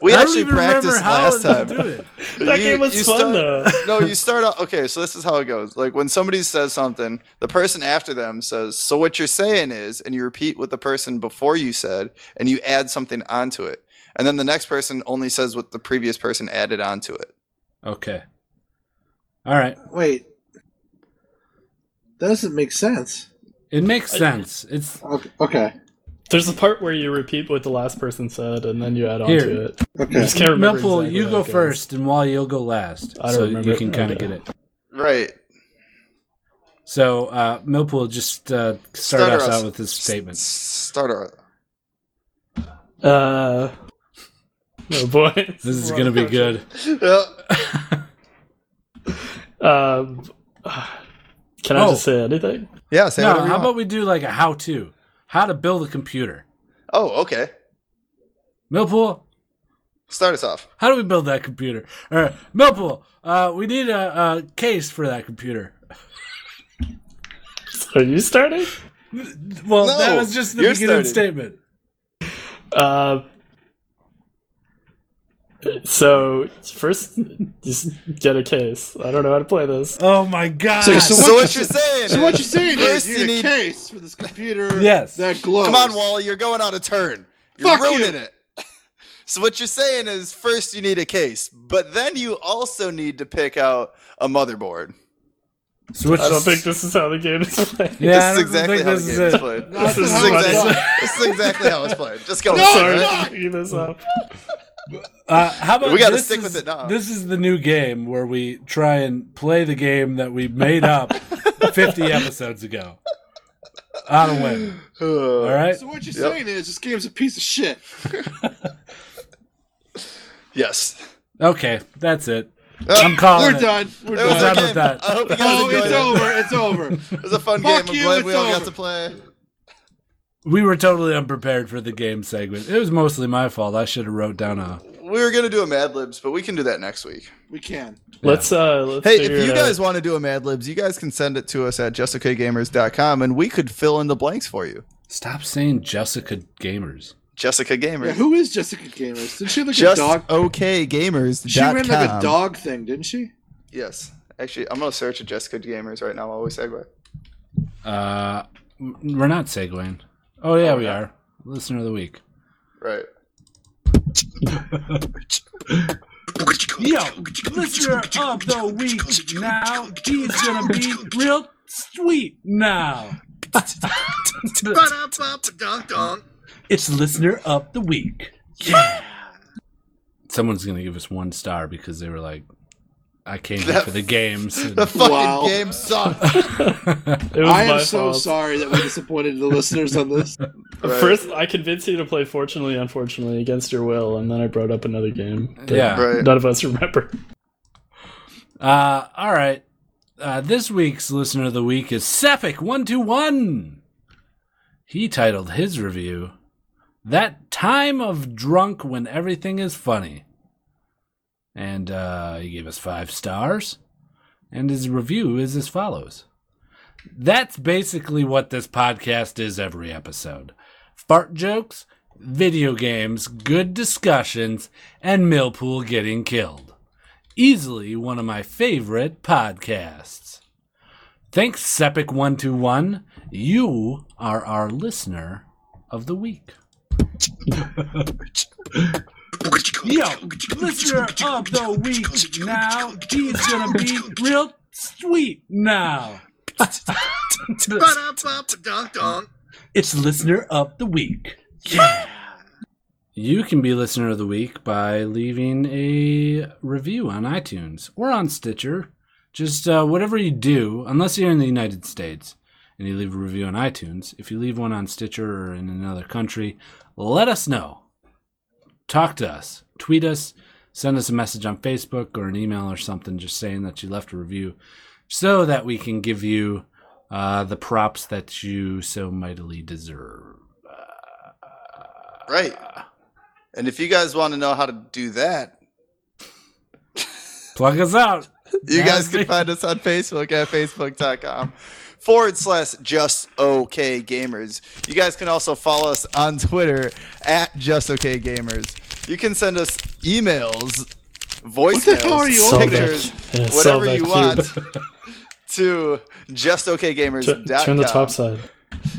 D: We
A: I don't
D: actually
A: even remember
D: practiced
A: how
D: last
A: to
D: time.
A: do it.
C: That game was fun
D: start-
C: though.
D: No, you start out. Okay, so this is how it goes. Like when somebody says something, the person after them says, "So what you're saying is," and you repeat what the person before you said, and you add something onto it. And then the next person only says what the previous person added onto it.
A: Okay. All right.
B: Wait, that doesn't make sense.
A: It makes sense. It's
B: Okay, okay,
C: There's a part where you repeat what the last person said, and then you add on
A: Here.
C: to it. I
B: okay.
C: just can't remember.
A: Millpool.
C: exactly
A: you
C: how
A: go
C: it goes.
A: first, and Wally, you'll go last,
C: I don't
A: so
C: remember
A: you can
C: it.
A: kind of
C: Okay.
A: get it.
D: Right.
A: So uh, Millpool, just uh, start,
D: Start
A: us
D: us.
A: out with this
D: S-
A: statement.
D: Start out.
C: Uh, oh boy.
A: This is gonna be good.
D: Yeah.
C: Um, can I
A: Oh.
C: just say anything?
D: Yeah. Say
A: No,
D: whatever you
A: how about
D: want.
A: we do like a how-to? How to build a computer?
D: Oh, okay.
A: Millpool,
D: Start us off.
A: how do we build that computer? All right, Millpool, uh, we need a, a case for that computer.
C: Are you starting?
A: Well,
D: No,
A: that was just the
D: you're
A: beginning
D: starting.
A: statement.
C: Uh, so first, just get a case. I don't know how to play this.
A: Oh my god!
B: so
D: So what you're saying?
B: So what
D: is-
B: you're saying
D: First
B: is
D: you
B: you need
D: need-
B: a case for this computer
A: Yes.
B: that glows.
D: Come on, Wally, you're going out of turn. You're
B: Fuck
D: ruining
B: you.
D: it. So what you're saying is first you need a case, but then you also need to pick out a motherboard.
A: So what
C: I don't
A: you-
C: think this is how the game is played.
A: Yeah, I don't
D: this is exactly
A: think
D: how
A: this
D: the
A: is
D: game is
A: it.
D: played.
C: This
B: That's this
C: is
D: This
B: how
D: is,
C: my
B: it's
D: exactly,
B: done.
D: this is exactly how it's played. Just go.
C: Sorry
D: Alright.
C: for picking this up.
A: Uh, how about
D: We gotta
A: this
D: stick
A: is-
D: with it now.
A: This is the new game where we try and play the game that we made up 50 episodes ago on a whim. All right.
B: So what you're saying is this game's a piece of shit.
D: Yes.
A: Okay, that's it.
D: Uh,
A: I'm calling
B: We're
A: it.
B: done. We're
D: There
A: We're
D: was
B: done.
D: a
A: done with
D: game.
A: that.
D: I hope you guys
B: Oh,
D: enjoyed
B: it's
D: it.
B: over. It's over.
D: It was a fun
B: Fuck
D: game. I'm
B: you,
D: glad we
B: it's
D: all got
B: over.
D: to play.
A: We were totally unprepared for the game segment. It was mostly my fault. I should have wrote down a.
D: We were gonna do a Mad Libs, but we can do that next week.
B: We can.
C: Let's uh, let's
D: Hey,
C: figure
D: if you
C: it
D: guys
C: out.
D: want to do a Mad Libs, you guys can send it to us at justokgamers.com and we could fill in the blanks for you.
A: Stop saying Jessica Gamers.
D: Jessica Gamers.
B: who is Jessica Gamers? Did she look like a
D: Just
B: dog?
D: okay gamers.
B: She ran like a dog thing, didn't she?
D: Yes. Actually, I'm gonna search Jessica Gamers right now while we segue.
A: Uh, m- we're not segueing. Oh yeah, we are. Listener of the week.
D: Right.
A: Yo, listener of the week. Now he's gonna be real sweet. Now it's listener of the week. Yeah. Someone's gonna give us one star because they were like, "I came here for the games." and-
D: The fucking
B: Wow.
D: game sucked.
C: It was
B: I
C: my
B: am so
C: fault.
B: sorry that we disappointed the listeners on this.
C: First, I convinced you to play Fortunately Unfortunately against your will, and then I brought up another game. that
A: yeah.
D: right.
C: None of us remember.
A: Uh, all right. Uh, this week's listener of the week is Sephic121. He titled his review, That Time of Drunk When Everything Is Funny. And uh, he gave us five stars. And his review is as follows That's basically what this podcast is every episode fart jokes, video games, good discussions, and Millpool getting killed easily one of my favorite podcasts. Thanks, Sepik121. You are our listener of the week. Yo, listener of the week now. He's gonna be real sweet now. it's listener of the week. Yeah. You can be listener of the week by leaving a review on iTunes or on Stitcher. Just uh, whatever you do, unless you're in the United States and you leave a review on iTunes, if you leave one on Stitcher or in another country, let us know. Talk to us, tweet us, send us a message on Facebook or an email or something just saying that you left a review so that we can give you uh, the props that you so mightily deserve.
D: Right. And if you guys want to know how to do that,
A: Plug us out.
D: you guys
A: That's
D: can
A: it.
D: find us on Facebook at facebook.com forward slash just okay gamers. You guys can also follow us on Twitter at just okay gamers. You can send us emails, voicemails,
B: hell are you on?
D: pictures,
C: Yeah,
D: whatever
C: Solvek
D: you
C: cube.
D: want to
C: Turn,
D: justokgamers.com.
C: turn the top side.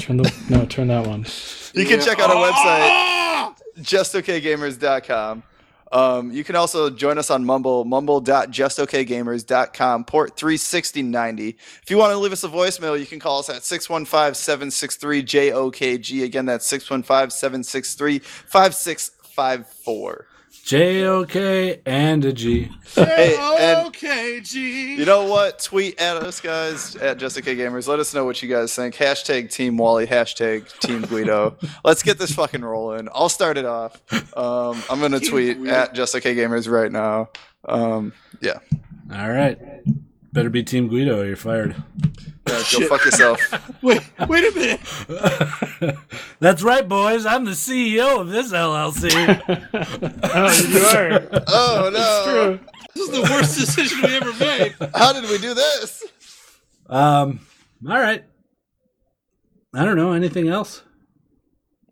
C: Turn the no. Turn that one.
D: You can check out our website, justokgamers.com. Um, you can also join us on Mumble, mumble.justokgamers.com, port 36090. If you want to leave us a voicemail, you can call us at 615 763 JOKG. Again, that's 615 763 5654.
A: J O K and a G.
D: Hey, and
B: okay, G.
D: you know what? Tweet at us, guys, at Jessica Gamers. Let us know what you guys think. Hashtag Team Wally, hashtag Team Guido. Let's get this fucking rolling. I'll start it off. Um, I'm going to tweet at Jessica Gamers right now. Um, yeah.
A: All right. Better be Team Guido or you're fired.
D: Yeah, go fuck yourself.
B: wait, wait a minute.
A: That's right, boys. I'm the CEO of this LLC.
C: Oh, you are.
D: Oh, no.
B: This is the worst decision we ever made.
D: How did we do this?
A: um, all right. I don't know. Anything else?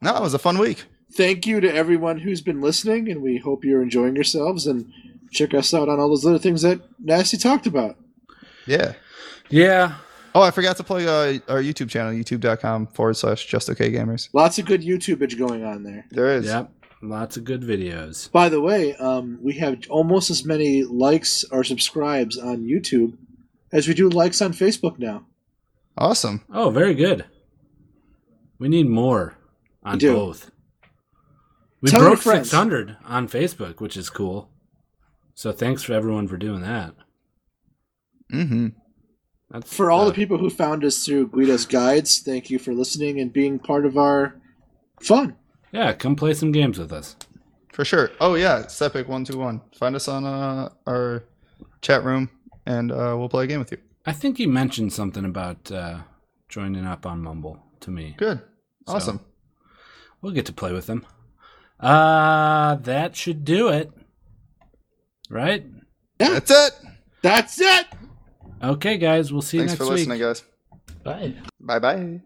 D: No, it was a fun week.
B: Thank you to everyone who's been listening, and we hope you're enjoying yourselves. And check us out on all those other things that Nasty talked about.
D: Yeah.
A: Yeah.
D: Oh, I forgot to plug uh, our YouTube channel, youtube.com forward slash just okay gamers.
B: Lots of good YouTubeage going on there.
D: There is.
A: Yep. Lots of good videos.
B: By the way, um, we have almost as many likes or subscribes on YouTube as we do likes on Facebook now.
D: Awesome.
A: Oh, very good. We need more on
B: We do.
A: both. We
B: Tell your
A: broke
B: friends.
A: 600 on Facebook, which is cool. So thanks for everyone for doing that.
D: Mm-hmm.
A: That's
B: For all
A: uh,
B: the people who found us through Guido's guides, thank you for listening and being part of our fun.
A: Yeah, come play some games with us.
D: For sure. Oh yeah, it's Epic One Two One. Find us on uh, our chat room, and uh, we'll play a game with you.
A: I think you mentioned something about uh, joining up on Mumble to me.
D: Good. Awesome.
A: We'll get to play with them. Uh, that should do it. Right?
D: That's it.
B: That's it!
A: Okay, guys. We'll see you
D: Thanks
A: next
D: for
A: week.
D: listening, guys.
C: Bye.
D: Bye bye.